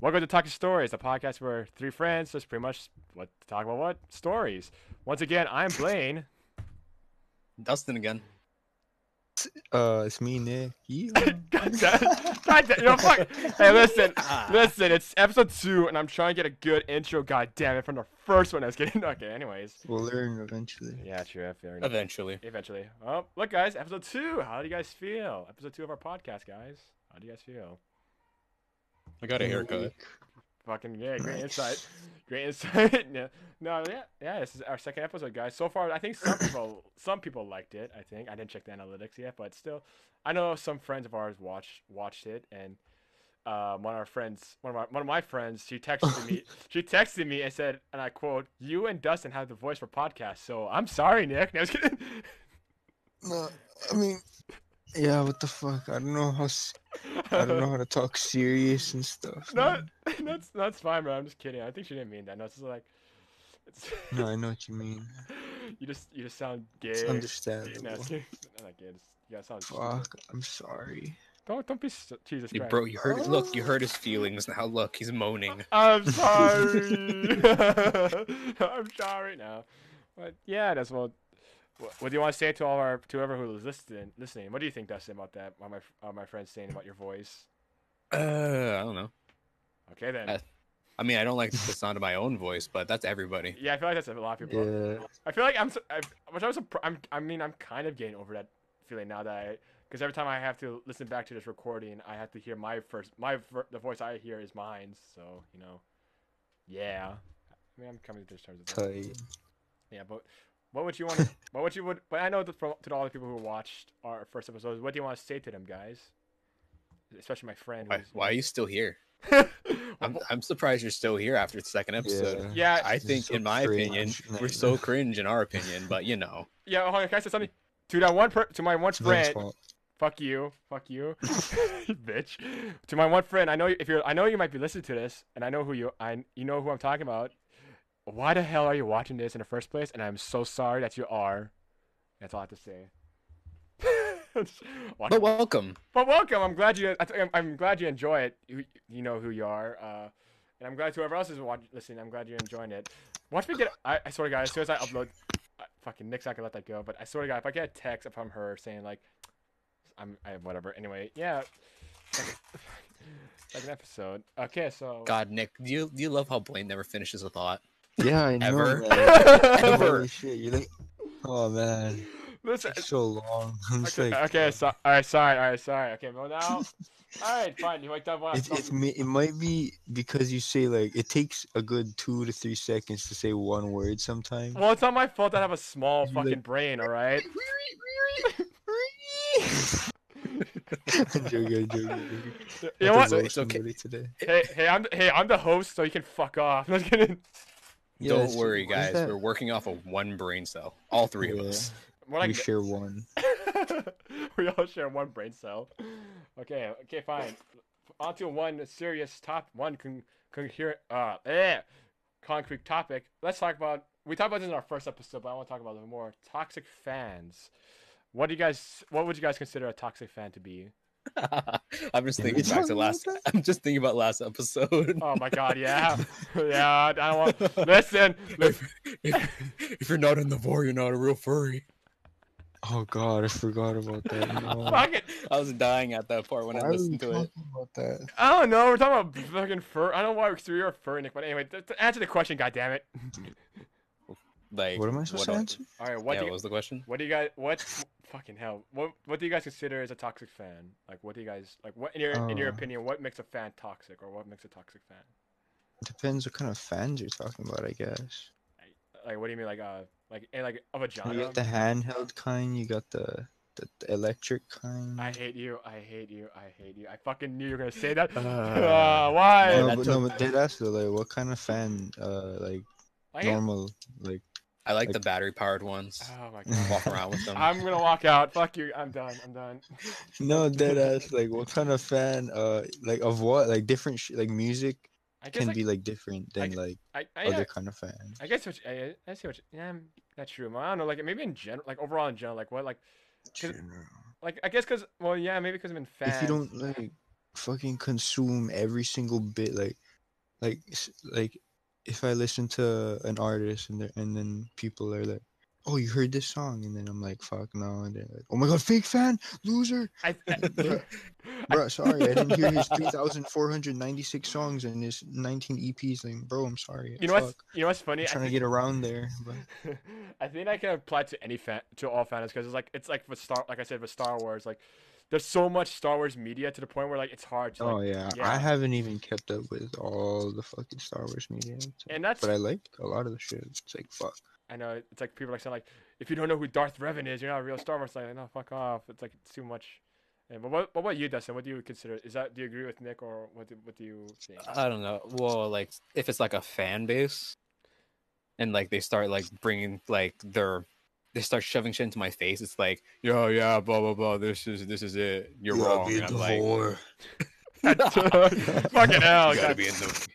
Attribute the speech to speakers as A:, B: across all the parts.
A: Welcome to Talking Stories, the podcast where three friends just pretty much what talk about what stories. Once again, I'm Blaine.
B: Dustin again.
C: Uh, it's me, Nick. Yeah.
A: God damn- God damn- you know, fuck. Hey, listen,
B: Ah.
A: listen. It's episode two, and I'm trying to get a good intro. God damn it, from the first one I was getting. Okay, anyways.
C: we'll learn eventually.
A: Yeah, true. yeah, Fair enough.
B: Eventually.
A: Eventually. Oh, look, guys, episode two. How do you guys feel? Episode two of our podcast, guys. How do you guys feel?
B: I got a
C: Yeah,
B: haircut.
C: like,
A: Fucking yeah, great
C: Nice.
A: insight. Great insight. no, no, yeah, yeah. This is our second episode, guys. So far, I think some people, some people liked it. I think I didn't check the analytics yet, but still, I know some friends of ours watched watched it, and uh, one of our friends, one of my, one of my friends, she texted me. she texted me and said, and I quote, "You and Dustin have the voice for podcasts, so I'm sorry, Nick." No, I was kidding.
C: No, I mean, yeah. What the fuck? I don't know how. s- I don't know how to talk serious and stuff.
A: No,
C: man.
A: that's that's fine, bro. I'm just kidding. I think she didn't mean that. No, it's just like. It's,
C: No, I know what you mean.
A: you just you just sound gay.
C: It's
A: No,
C: understandable.
A: it's kidding. I'm not kidding. Yeah, it sounds stupid.
C: Fuck. I'm sorry.
A: Don't don't be s- Jesus
B: You
A: Christ.
B: bro, you hurt. Look, you hurt his feelings now. Look, he's moaning.
A: I'm sorry. I'm sorry now. But yeah, that's well. What, what do you want to say to all our to whoever who is listening? Listening, what do you think, Dustin, about that? What my uh, my friends saying about your voice?
B: Uh, I don't know.
A: Okay then.
B: Uh, I mean, I don't like the sound of my own voice, but that's everybody.
A: yeah, I feel like that's a lot of people.
C: Yeah.
A: I feel like I'm, so- I've, which I was, surpri- I'm, I mean, I'm kind of getting over that feeling now that I, because every time I have to listen back to this recording, I have to hear my first, my ver- the voice I hear is mine. So you know, yeah. I mean, I'm coming to terms with that.
C: Tight.
A: Yeah, but what would you want? what would you would? But I know that from to all the people who watched our first episodes, what do you want to say to them, guys? Especially my friend.
B: Why,
A: who's-
B: why are you still here? I'm,
A: Well,
B: I'm surprised you're still here after the second episode.
C: Yeah.
A: yeah,
B: I
C: This is
B: think,
C: so
B: in my opinion,
C: cringe.
B: we're so cringe in our opinion, but you know.
A: yeah. Hold on, can I say something? To that one, per- to my one
C: It's Blake's
A: friend,
C: fault.
A: fuck you, fuck you, bitch. To my one friend, I know if you're, I know you might be listening to this, and I know who you, I, you know who I'm talking about. Why the hell are you watching this in the first place? And I'm so sorry that you are. That's all I have to say. Watch-
B: But welcome.
A: but welcome. I'm glad you. I th- I'm, I'm glad you enjoy it. You, you know who you are. Uh, and I'm glad whoever else is watching, listening. I'm glad you're enjoying it. Watch me get. I, I swear to God, as soon as I upload, I, fucking Nick's not gonna let that go. But I swear to God, if I get a text from her saying like, I'm, I whatever. Anyway, yeah. Like, like an episode. Okay, so.
B: God, Nick, do you, do you love how Blaine never finishes a thought?
C: Yeah, I know.
B: Ever.
C: man.
B: Ever.
C: Holy shit, you like? Oh man,
A: Listen,
C: it's so long. I'm just
A: okay,
C: like,
A: okay, so, all right, sorry, all right, sorry. Okay, well now, all right, fine. You like that one?
C: It, it, may- it might be because you say like it takes a good two to three seconds to say one word sometimes.
A: Well, it's not my fault that I have a small
C: You like-
A: fucking brain. All right.
C: I'm joking, I'm joking, I'm joking.
A: You
C: I
A: know what?
C: deserve
B: It's okay.
C: somebody Today.
A: hey, hey, I'm hey, I'm the host, so you can fuck off. I'm just kidding.
C: Yeah,
B: don't
C: it's-
B: worry,
C: what is
B: guys.
C: that?
B: We're working off of one brain cell, all three of
C: Yeah.
B: us.
A: More
C: we
A: like
C: share one.
A: we all share one brain cell. Okay, okay, fine. On to one serious top, one con- coherent, uh, eh, concrete topic. Let's talk about. We talked about this in our first episode, but I want to talk about it more. Toxic fans. What do you guys? What would you guys consider a toxic fan to be?
B: I'm just
C: Did
B: thinking
C: we
B: back
C: talk
B: to
C: about
B: last.
C: that?
B: I'm just thinking about last episode.
A: Oh my god, yeah, yeah. I don't want. Listen, listen.
B: if, if you're not in the vor, you're not a real furry.
C: Oh god, I forgot about that. No.
A: Fuck it.
B: I was dying at that part when
C: Why
B: I
C: are we
B: listened to
C: talking
B: it.
C: about that?
A: I don't know. We're talking about fucking fur. I don't know why we're a fur, Nick. But anyway, th- to answer the question, goddammit.
B: Like,
C: What am I supposed to
B: el-
C: answer?
A: All right,
B: Yeah,
A: what do
B: what
A: you,
B: was the question?
A: what do you guys what fucking hell? What what do you guys consider as a toxic fan? Like, what do you guys like? What in your in your
C: Uh.
A: opinion, what makes a fan toxic, or what makes a toxic fan?
C: Depends what kind of fans you're talking about, I guess.
A: Like, like what do you mean, like uh, like and like of a
C: You
A: genre?
C: got the handheld kind, you got the the, the electric kind.
A: I hate you. I hate you. I hate you. I fucking knew you were gonna say that.
B: Uh,
A: Ah, why?
C: no,
B: that
C: but, no, but dead ass though, like what kind of fan, uh, like
A: I hate-
C: normal, like
B: I like the battery powered ones.
A: oh my
C: Mm.
A: god.
B: Walk around with them.
A: I'm gonna walk out. Fuck you. I'm done. I'm done.
C: no dead ass, like what kind of fan, uh, like of what, like different, sh- like music
A: I guess
C: can
A: I,
C: be like different than
A: g-
C: like
A: I, I, uh,
C: other kind of fan.
A: I guess what you- I, I see what you, yeah, mm, that's true. but I don't know, like maybe in general, like overall in general, like what, like, Cause-
C: General.
A: like I guess because well, yeah, maybe because I'm in fans.
C: If you don't like fucking consume every single bit, like like s- like if I listen to an artist and they're- and then people are like, "Oh, you heard this song," and then I'm like, "Fuck no," and they're like, "Oh my god, fake fan, loser."
A: I, I,
C: Bruh, bruh, sorry, I didn't hear his 3,496 songs and his 19 EPs. Like, bro, I'm sorry.
A: you know what's
C: Fuck,
A: you know what's
C: I'm
A: funny? I
C: trying to
A: think-
C: get around there, but
A: I think I can apply to any fan, to all fans, because it's like it's like for Star, like I said for Star Wars, like there's so much Star Wars media to the point where like it's hard to like,
C: oh yeah,
A: yeah.
C: I haven't even kept up with all the fucking Star Wars media, and stuff,
A: and that's
C: but I like a lot of the shit. It's like fuck.
A: I know it's like people are saying like if you don't know who Darth Revan is, you're not a real Star Wars. Like no, fuck off. It's like it's too much. And, but what but what you Dustin? What do you consider? Is that do you agree with Nick or what do, what do you think?
B: I don't know. Well, like if it's like a fan base, and like they start like bringing like their, they start shoving shit into my face. It's like, yo, yeah, blah blah blah. This is this is it. You're wrong. And I'm like,
A: Fucking hell,
B: you gotta
A: God.
B: be in the.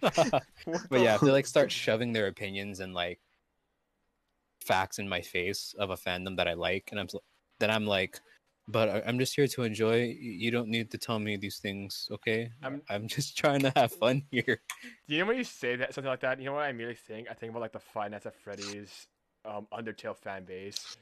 A: What
B: But
A: the-
B: yeah, if they like start shoving their opinions and like facts in my face of a fandom that I like, and I'm s- then I'm like, but I- I'm just here to enjoy. y- You don't need to tell me these things, okay?
A: I'm-
B: I'm I'm just trying to have fun here.
A: You know when you say that something like that, you know what I immediately think? I think about like the Five Nights at Freddy's, um, Undertale fan base.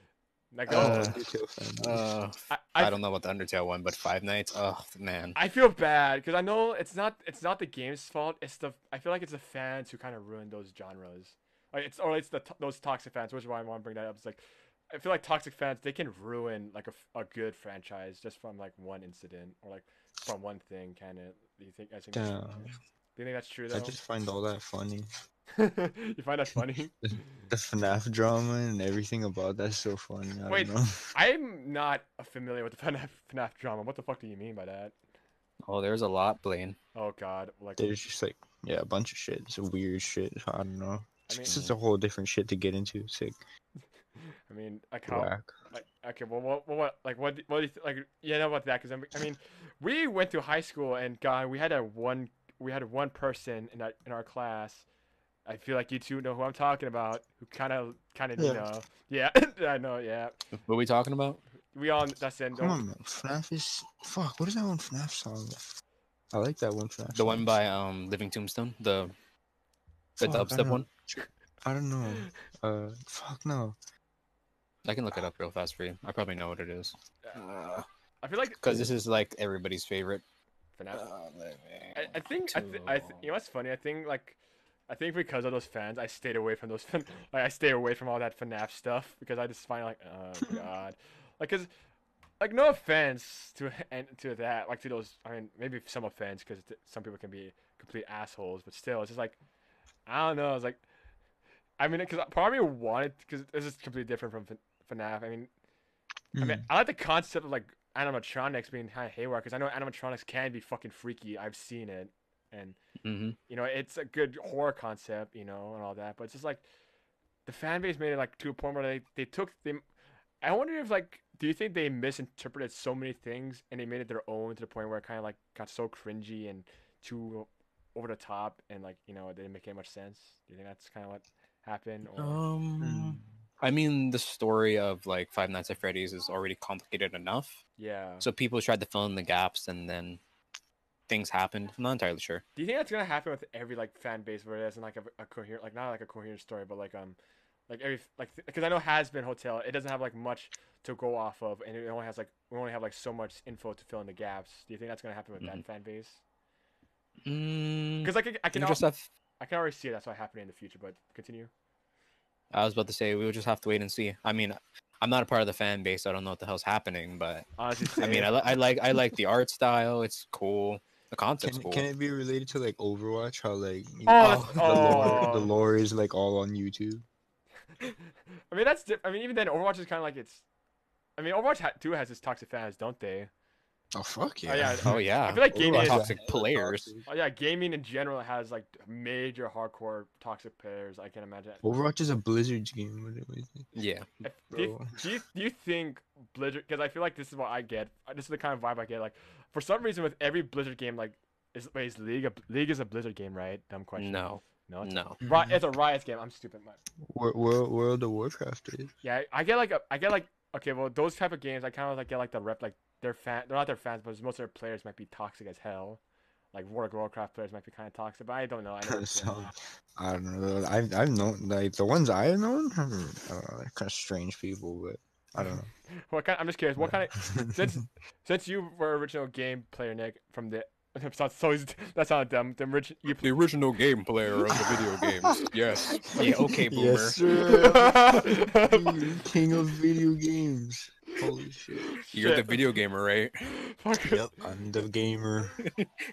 A: Like,
B: Uh,
A: those-
B: Uh,
A: I, I,
B: I, don't know about the Undertale one, but Five Nights, oh man,
A: I feel bad because I know it's not it's not the game's fault. It's the I feel like it's the fans who kind of ruined those genres. Like it's or it's the to- those toxic fans, which is why I want to bring that up. It's like I feel like toxic fans they can ruin like a, f- a good franchise just from like one incident or like from one thing. Kind of do you think I think that's,
C: Damn.
A: do you think that's true
C: I
A: though?
C: just find all that funny.
A: you find that funny?
C: The FNAF drama and everything about that's so funny. I
A: Wait,
C: don't know.
A: I'm not familiar with the FNAF, FNAF drama. What the fuck do you mean by that?
B: oh there's a lot, Blaine.
A: Oh god, like
C: There's just like yeah, a bunch of shit. It's a weird shit. I don't know.
A: I mean,
C: It's just a whole different shit to get into. It's like
A: I mean, like how?
C: whack.
A: Like, okay, well, what, what, what- like, what, what, do you th- like, you know about that? Because I mean, we went through high school, and God, we had a one, we had one person in our in our class. I feel like you two know who I'm talking about. Who kind of, kind of, you
C: Yeah.
A: know, yeah, I know, yeah.
B: What are we talking about?
A: We all that's in.
C: Come on, man. FNAF is fuck. What is that one FNAF song? I like that one FNAF.
B: The one
C: song.
B: by um Living Tombstone, the the
C: Fuck, I
B: dubstep
C: don't-
B: one.
C: I don't know. Uh, fuck no.
B: I can look it up real fast for you. I probably know what it is
A: I feel like
B: because this is like everybody's favorite.
A: FNAF. I, I think I, th- I th- you know what's funny? I think like I think because of those fans, I stayed away from those. Fin- like I stay away from all that FNAF stuff because I just find like oh god, like cause like no offense to and to that like to those. I mean maybe some offense because some people can be complete assholes, but still it's just like I don't know. It's like I mean because part of me wanted because this is completely different from Fin- FNAF. I mean I mean, I like the concept of like animatronics being kind of haywire because I know animatronics can be fucking freaky. I've seen it, and
B: hmm
A: you know it's a good horror concept, you know, and all that. But it's just like the fan base made it like to a point where they they took them. I wonder if like, do you think they misinterpreted so many things and they made it their own to the point where it kind of like got so cringy and too over the top and like you know it didn't make any much sense. Do you think that's kind of what happened? Or...
C: Hmm.
B: Um, I mean, the story of like Five Nights at Freddy's is already complicated enough,
A: Yeah.
B: so people tried to fill in the gaps, and then things happened. I'm not entirely sure.
A: Do you think that's gonna happen with every like fan base where it isn't like a, a coherent, like not like a coherent story, but like um, like every like because I know Has Been Hotel, it doesn't have like much to go off of, and it only has like we only have like so much info to fill in the gaps. Do you think that's gonna happen with that fan base?
B: Mm,
A: Because like I- I can
B: we just
A: al-
B: have-
A: I can already see it. That's why happening in the future. But continue.
B: I was about to say we will just have to wait and see. I mean, I'm not a part of the fan base. so I don't know what the hell's happening, but
A: Honestly,
B: I mean, I, li- I like I like the art style. It's cool. The concept's
C: Can,
B: cool.
C: can it be related to like Overwatch? How like you-
A: Oh, that's-
C: the, lore,
A: oh.
C: the lore is like all on YouTube.
A: I mean that's diff- I mean even then Overwatch is kind of like it's. I mean Overwatch ha- too has its toxic fans, don't they?
C: Oh fuck yeah!
A: Oh yeah.
B: Oh yeah.
A: I feel like gaming is
B: Overwatch is- toxic players.
A: Oh yeah, gaming in general has like major hardcore toxic players. I can imagine.
C: Overwatch is a Blizzard's game. What do you think?
B: yeah.
A: If- Do you,
C: Bro.
A: do you do you think Blizzard? Because I feel like this is what I get. uh, This is the kind of vibe I get. Like for some reason, with every Blizzard game, like is, wait, is League a, League is a Blizzard game, right? Dumb question.
B: No.
A: no, it's,
B: No.
A: Ri- it's a Riot game. I'm stupid. My,
C: Wor- Wor- World of Warcraft is.
A: yeah, I get like a, I get like okay, well those type of games, I kind of like get like the rep like their fan. They're not their fans, but most of their players might be toxic as hell. like World of Warcraft players might be kind of toxic, but I don't know. I never played.
C: So, I don't know. I've I've known like the ones I've known are uh, kind of strange people, but I don't know.
A: what kind? I'm just curious. What kind of since
C: of?
A: since you were original game player Nick from the so he's- that sounded dumb. The rich you
B: The original game player of the video games. Yes. Yeah, okay, boomer.
C: Yes, sir.
A: play.
C: Dude, King of video games. Holy shit.
B: You're the
A: Shit.
B: video gamer, right?
A: Fuck.
C: Yep, I'm the gamer.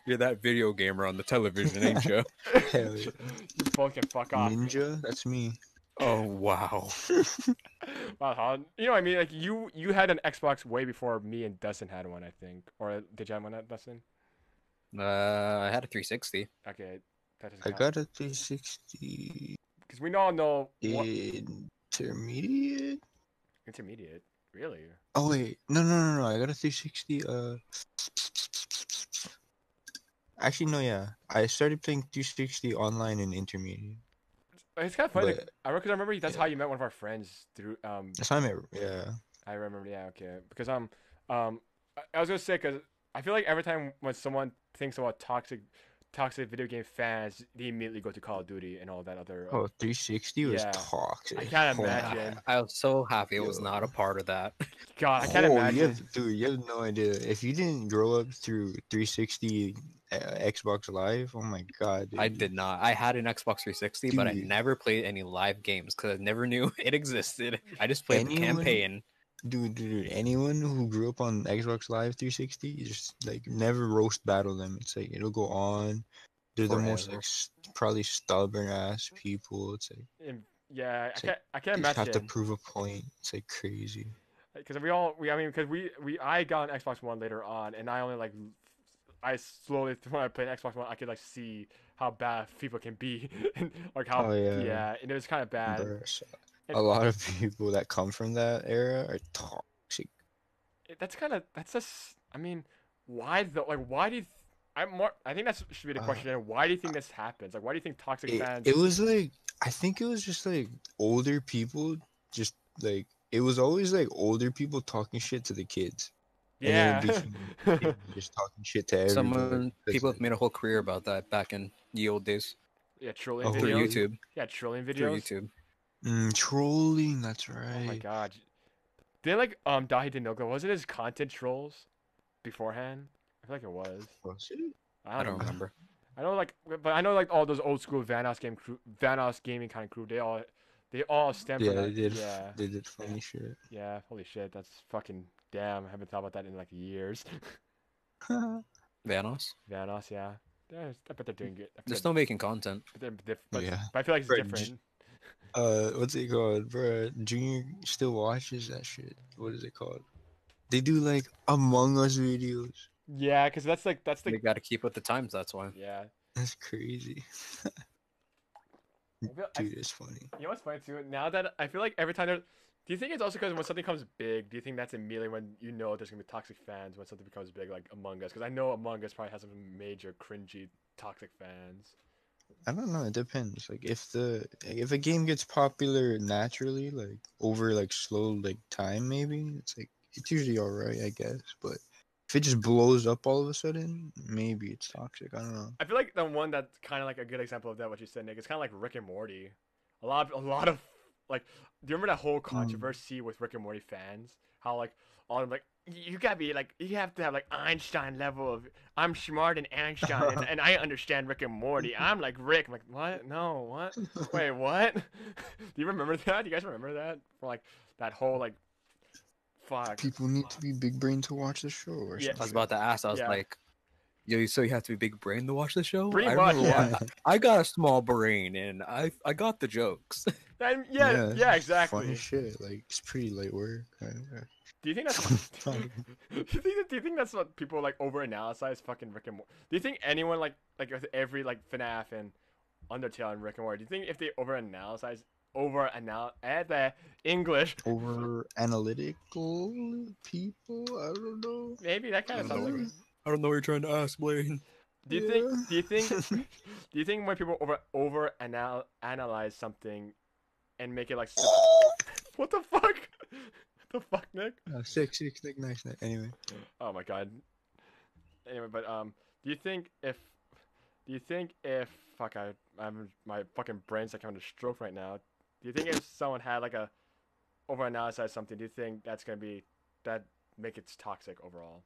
B: You're that video gamer on the television, ain't you?
C: Hell yeah.
A: You both can fuck off.
C: Ninja? That's me.
B: Oh wow.
A: Wow, Han. You know what I mean? Like you, you had an Xbox way before me and Dustin had one, I think. Or did you have one, Dustin?
B: Uh, I had a 360.
A: Okay, that doesn't
C: I got a 360
A: because we all know what
C: intermediate.
A: intermediate. Really?
C: Oh wait, no, no, no, no. I got a 360. Uh, actually, no, yeah. I started playing 360 online and intermediate.
A: It's kind of funny.
C: But-
A: I because I remember that's
C: yeah.
A: how you met one of our friends through. Um,
C: That's how I met. Yeah.
A: I remember. Yeah. Okay. Because um, um, I- I was gonna say because I feel like every time when someone thinks about toxic, toxic video game fans, they immediately go to Call of Duty and all that other. uh,
C: Oh, 360 was
A: Yeah.
C: toxic.
A: I can't
C: Holy-
A: imagine.
B: I was so happy it was not a part of that.
A: God, I can't
C: Oh,
A: imagine.
C: You have, dude, you have no idea. If you didn't grow up through 360 uh, Xbox Live, oh my god.
B: I
C: dude.
B: did not. I had an Xbox 360, but I
C: Dude.
B: never played any live games because I never knew it existed. I just played the
C: Anyone-
B: campaign.
C: Dude, dude, dude, anyone who grew up on Xbox Live 360, you just like never roast battle them. It's like it'll go on. They're the most
B: Forever.
C: like s probably stubborn ass people. It's like
A: im- Yeah, I
C: It's
A: can't.
C: like,
A: I
C: they
A: can't
C: just have to
A: imagine
C: prove a point. It's like crazy.
A: because we all. We I mean because we we I got an Xbox One later on, and I only like I slowly when I played Xbox One, I could like see how bad FIFA can be, and like how
C: Oh, yeah.
A: and it was kind of bad.
C: Embarrassing.
A: And-
C: A lot of people that come from that era are toxic.
A: It- that's kind of that's just. I mean, why though? Like why do you? th- I'm more. I think that should be the
C: Uh,
A: question. why do you think this happens? Like why do you think toxic
C: It,
A: fans?
C: it was like I think it was just like older people just like it was always like older people talking shit to the kids.
A: yeah.
C: And then it became just talking shit to everybody.
B: Someone,
C: It's
B: people
C: like-
B: have made a whole career about that back in the old days
A: yeah, trolling
C: Oh,
B: through
A: videos.
C: really?
B: YouTube.
A: Yeah, trolling videos.
B: Through YouTube.
C: Mm, trolling, that's
A: Oh my
C: right.
A: god. Didn't like um Dahi Dinoka wasn't his content trolls beforehand? I feel like it was.
C: Was
A: I
C: it?
A: don't,
B: I don't
A: know.
B: remember.
A: I know like but I know like all those old school Vanos game crew Vanos gaming kind of crew, they all they all stem
C: Yeah,
A: from
C: they
A: that.
C: did.
A: Yeah.
C: They did funny shit.
A: Yeah, holy shit, that's fucking damn. I haven't thought about that in like years.
B: Vanos.
A: Vanos, yeah. Yeah, I bet they're doing good. I bet
B: They're
A: they're-
B: still making content.
A: but, they're diff- but,
C: Yeah.
A: but I feel like it's
C: Fringe.
A: different.
C: uh, what's it called, bro? Junior still watches that shit. What is it called? They do like Among Us videos.
A: Yeah, because that's like that's
B: They
A: the
B: got to keep with the times. That's why.
A: yeah.
C: That's crazy,
A: I feel- I
C: dude. It's funny.
A: You know what's funny too? Now that I feel like every time there, do you think it's also because when something comes big, do you think that's immediately when you know there's gonna be toxic fans when something becomes big, like Among Us? Because I know Among Us probably has some major cringy toxic fans.
C: I don't know. It depends. Like if the if a game gets popular naturally, like over like slow like time, maybe it's like it's usually all right, I guess. But if it just blows up all of a sudden, maybe it's toxic. I don't know.
A: I feel like the one that's kind of like a good example of that, what you said, Nick, is kind of like Rick and Morty. A lot, of, a lot of like, do you remember that
C: Hmm.
A: whole controversy with Rick and Morty fans? How like all of them like. You gotta be like, you have to have like Einstein level of I'm smart and Einstein, and, and I understand Rick and Morty. I'm like Rick. I'm like, what? No, what? Wait, what? Do you remember that? Do you guys remember that? From, like that whole like, fuck.
C: People need to be big brain to watch the show. Or
A: Yeah.
B: I was
C: something.
B: about to ask. I was
A: Yeah.
B: like, "Yo, so you have to be big brain to watch the show?"
A: Pretty
B: I
A: much,
B: remember
A: yeah.
B: wa- I got a small brain, and I I got the jokes.
A: And- yeah, yeah,
C: it's
A: exactly.
C: Funny shit. Like it's pretty light work. kind of.
A: Do you think that's? do you think that, do you think that's what people like overanalyze fucking Rick and Morty? Do you think anyone like like with every like FNAF and Undertale and Rick and Morty? Do you think if they overanalyze overanal at the English,
C: Over analytical people. I don't know.
A: maybe that kind of sounds like.
B: I don't know what you're trying to ask, Blaine.
A: Do you
C: Yeah.
A: think? Do you think? do you think when people over over anal- analyze something, and make it like s- what the fuck? the fuck, Nick?
C: Uh, sick, sick, sick, nice, nice. Anyway,
A: Oh my god. Anyway, but um, Do you think if do you think if fuck I I'm my fucking brain's like having a stroke right now. Do you think if someone had like a overanalyze something, do you think that's gonna be that make it toxic overall?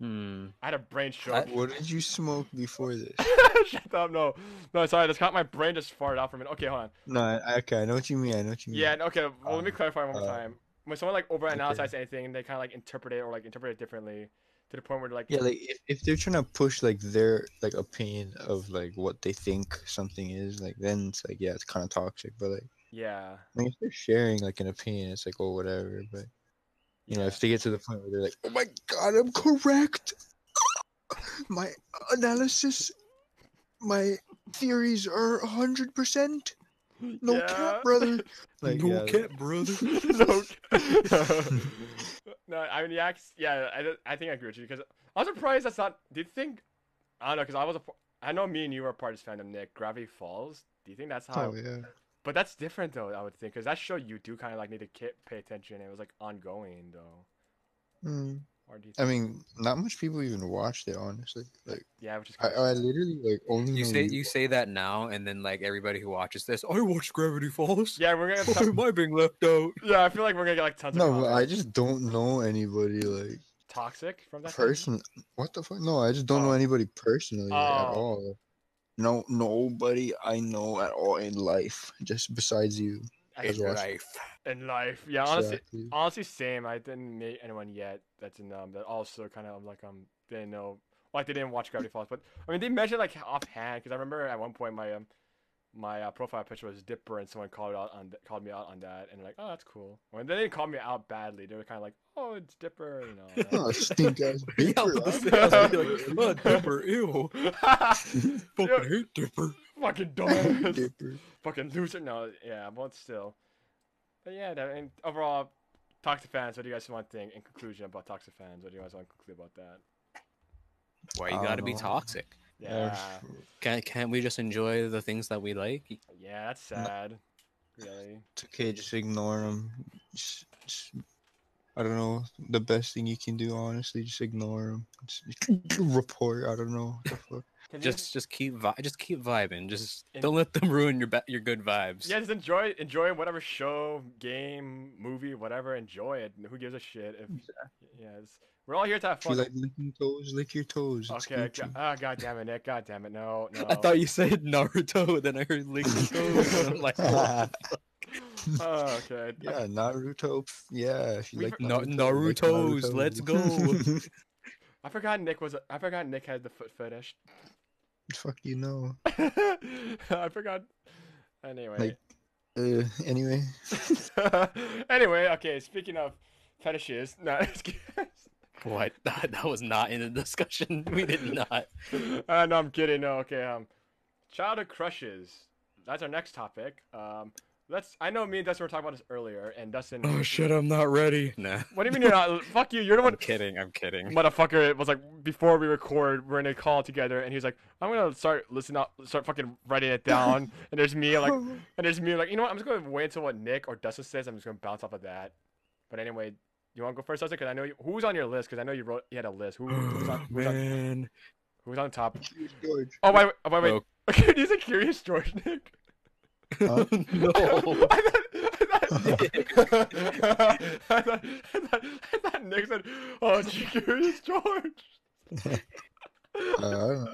B: Hmm.
A: I had a brain stroke.
C: What did you smoke before this?
A: Shut up, no. No, sorry, that's caught my brain just farted out for a minute. Okay, hold on.
C: No, I- okay, I know what you mean. I know what you mean.
A: Yeah, no, okay, well let me
C: Um,
A: clarify one more
C: Hmm. uh,
A: time. When someone like overanalyzes anything, they kinda like interpret it or like interpret it differently to the point where like
C: Yeah, like if, if they're trying to push like their like opinion of like what they think something is, like then it's like yeah, it's kind of toxic. But like,
A: Yeah.
C: I mean, if they're sharing like an opinion, it's like oh whatever. But you know,
A: yeah.
C: if they get to the point where they're like, oh my god, I'm correct. my analysis, my theories are hundred percent. No
A: Yeah.
C: cap, brother. Like, yeah,
B: brother.
A: no, no, I mean, yeah, I c- yeah, I, don't- I think I agree with you because I'm surprised that's not. Do you think? I don't know because I was a. p- I know me and you were part of this fandom, Nick. Gravity Falls. Do you think that's how?
C: Oh yeah.
A: But that's different though. I would think because that show you do kind of like need to ki- pay attention. It was like ongoing though.
C: Mm.
A: Or do you
C: I mean, not much people even watched it, honestly. Like,
A: yeah, which is
C: I,
A: kind
C: I literally like only
B: You
C: know
B: say you say that now, and then like everybody who watches this, I watched Gravity Falls.
A: yeah, we're gonna. T-
B: Why am I being left out?
A: yeah, I feel like we're gonna get like tons
C: No,
A: of
C: but I
A: comments.
C: just don't know anybody like
A: toxic from that. fandom?
C: person. What the fuck? No, I just don't
A: Oh.
C: know anybody personally like, at
A: Oh.
C: all. No, nobody I know at all in life, just besides you.
A: I
C: That's
A: think
C: what-
B: Life.
A: in life. Yeah, honestly,
C: Exactly.
A: Honestly, same. I didn't meet anyone yet that's in um that also kind of like um didn't know like they didn't watch Gravity Falls, but I mean they mentioned like offhand because I remember at one point my um my uh, profile picture was Dipper and someone called out on th- called me out on that and like oh that's cool. When they didn't call me out badly, they were kind of like oh it's Dipper, you know. and I-
C: Oh, stink ass
B: Yeah, I
C: beaker,
B: was gonna
C: huh?
B: say, I was gonna be like, "Oh, Dipper, ew. Fucking
A: Yeah,
B: hate Dipper.
A: fucking dumb.
C: Dipper.
A: fucking loser. No, yeah, but still. But yeah, that, and overall, toxic fans. What do you guys want to think in conclusion about toxic fans? What do you guys want to conclude about that?
B: Why
C: I
B: you
C: don't
B: gotta be
C: know.
B: toxic?
A: Yeah,
C: Oh,
B: Can't can't we just enjoy the things that we like?
A: yeah, that's sad. Really.
C: It's okay, just ignore them. Just, just- I don't know. The best thing you can do, honestly, just ignore them. report. I don't know. What the fuck.
A: Can you-
B: Just just keep vi- just keep vibing. Just
A: And-
B: don't let them ruin your ba- your good vibes.
A: yeah, just enjoy enjoy whatever show, game, movie, whatever. Enjoy it. Who gives a shit? If yeah, it's, we're all here to have
C: If you
A: fun.
C: like licking toes, lick your toes. It's
A: okay. Go,
C: Gucci.
A: oh, god damn it, Nick. God damn it. No, no.
B: I thought you said Naruto, then I heard Link Toes, and I'm like, "What
A: Oh, okay.
C: Yeah, Naruto. pff, Yeah, if you
A: We
C: like
B: Na-
C: like
B: Naruto's, let's go.
A: I forgot Nick was. I forgot Nick had the foot fetish.
C: Fuck you know.
A: I forgot. Anyway.
C: Like- Uh, anyway,
A: anyway, okay. Speaking of fetishes, no. it's-
B: What? That, that was not in the discussion. We did not.
A: uh, no, I'm kidding. No, okay. Um, childhood crushes. That's our next topic. Um, let's. I know me and Dustin were talking about this earlier, and Dustin.
B: Oh, I'm not ready. Nah.
A: What do you mean you're not? fuck you. You're the
B: I'm
A: one.
B: kidding. I'm kidding.
A: Motherfucker it was like, before we record, we're in a call together, and he's like, I'm gonna start listening out, start fucking writing it down. and there's me like, and there's me like, you know what? I'm just gonna wait until what Nick or Dustin says. I'm just gonna bounce off of that. But anyway, you want to go first, Dustin? Because I know you, who's on your list. Because I know you wrote, you had a list. Who, who's, on, who's, on,
B: Man.
A: who's on top?
C: George.
A: Oh wait, wait- oh, wait, wait.
B: Oh.
A: Okay, he's a curious George Nick.
C: Huh? Uh,
B: no.
A: I thought, I thought, I thought, I thought, I thought Nick said, "Oh, it's curious George."
C: Uh, I don't know.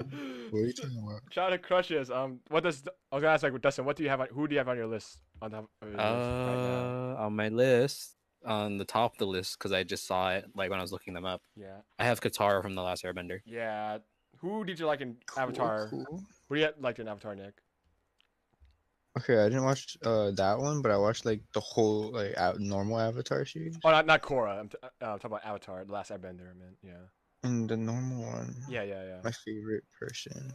C: What are you talking about?
A: Childhood crushes. Um, what does I was gonna ask like Dustin? What do you have on? Who do you have on your list? On top of your
B: Oh,
A: list right now?
B: Uh, on my list, on the top of the list, because I just saw it like when I was looking them up.
A: Yeah,
B: I have Katara from The Last Airbender.
A: yeah. Who did you like in
C: Cool,
A: Avatar?
C: cool.
A: Who do you like in Avatar, Nick?
C: Okay, I didn't watch uh that one, but I watched like the whole like a- normal Avatar series
A: Oh, not not Korra. I'm, t- uh, I'm talking about Avatar, The Last Airbender. Man, yeah,
C: and the normal one.
A: yeah, yeah, yeah.
C: My favorite person.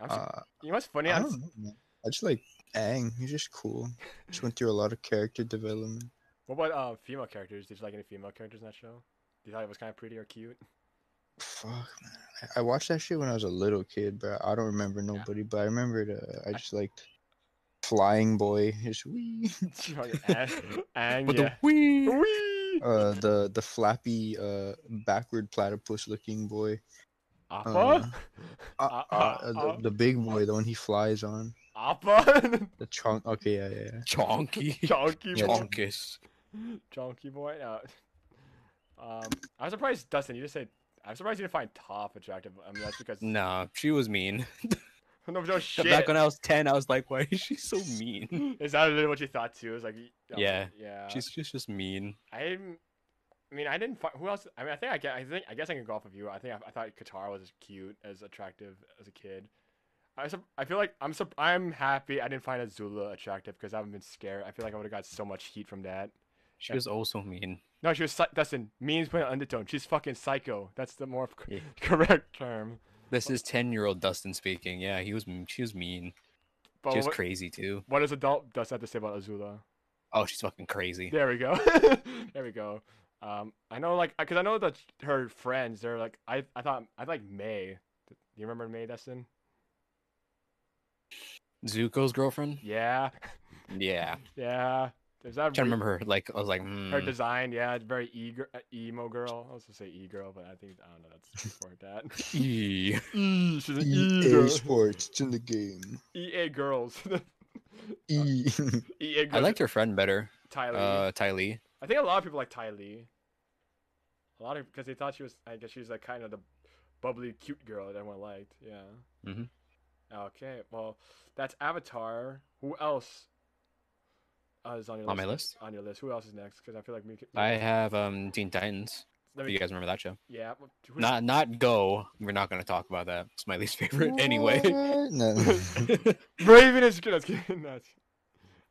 A: I'm su-
C: Uh,
A: you know what's funny?
C: I
A: I'm,
C: don't know. man. I just like Aang. He's just cool. Just went through a lot of character development.
A: What about um, female characters? Did you like any female characters in that show? Do you thought it was kind of pretty or cute?
C: Fuck, man. I I watched that shit when I was a little kid, but I don't remember nobody. But I remembered, uh, I just liked Flying Boy. His wee.
A: Fucking Aang, Aang,
B: But
A: Mm, yeah.
B: the wee.
A: Whee!
C: uh the the flappy uh backward platypus looking boy
A: Appa?
C: uh, uh, uh, the, the big boy the one he flies on
A: Appa?
C: the chunk okay yeah yeah, yeah.
B: Chonky.
A: Chonky
C: Yeah,
A: boy.
B: Chonkus.
A: Chonky boy. No. Um, I'm surprised, Dustin, you just said. I'm surprised you didn't find Top attractive. I mean, that's because. No,
B: Nah, she was mean.
A: no shit.
B: Back when I was 10, I was like, why is she so mean?
A: Is that literally what you thought too? It's like. y- I was
B: Yeah.
A: like, Yeah.
B: She's just, just mean.
A: I'm. I mean, I didn't. Find, who else? I mean, I think I get. I think I guess I can go off of you. I think I, I thought Qatar was as cute, as attractive as a kid. I sup- I feel like I'm sup- I'm happy I didn't find Azula attractive because I haven't been scared. I feel like I would have got so much heat from that.
B: She was also mean.
A: No, she was psy- Dustin. Means playing undertone. She's fucking psycho. That's the more c-
B: Yeah.
A: correct term.
B: This is 10 year old Dustin speaking. Yeah, he was. m- she was mean.
A: But
B: She was
A: what,
B: crazy too.
A: what does adult Dustin have to say about Azula?
B: Oh, she's fucking crazy.
A: There we go. there we go. Um, I know, like, because I know that her friends, they're like, I, I thought, I like May. Do you remember May, Dustin?
B: Zuko's girlfriend?
A: Yeah,
B: Yeah.
A: yeah. Is that
B: I'm trying to
A: re-
B: remember her. Like, I was like,
A: her
B: hmm.
A: design? Yeah, it's very e emo girl. I was gonna say e girl, but I think I don't know. That's for that.
B: Eee. Mm,
A: E, she's an e
C: EA
A: girl.
C: Sports, it's in the game.
A: EA girls.
C: E.
A: EA girls.
B: I liked her friend better.
A: Ty Lee.
B: Uh, Ty Lee.
A: I think a lot of people like Ty Lee. A lot of because they thought she was. I guess she was like kind of the bubbly, cute girl that everyone liked. Yeah.
B: Mhm.
A: Okay. Well, that's Avatar. Who else uh, is on your
B: On
A: list?
B: my list?
A: On your list. Who else is next? Because I feel like we. Could,
B: I have um Teen Titans.
A: Let
B: Do
A: me,
B: you guys remember that show?
A: Yeah. well, who's-
B: Not not go. We're not gonna talk about that. It's my least favorite anyway.
C: no.
A: Raven is good. I was kidding, no, it's-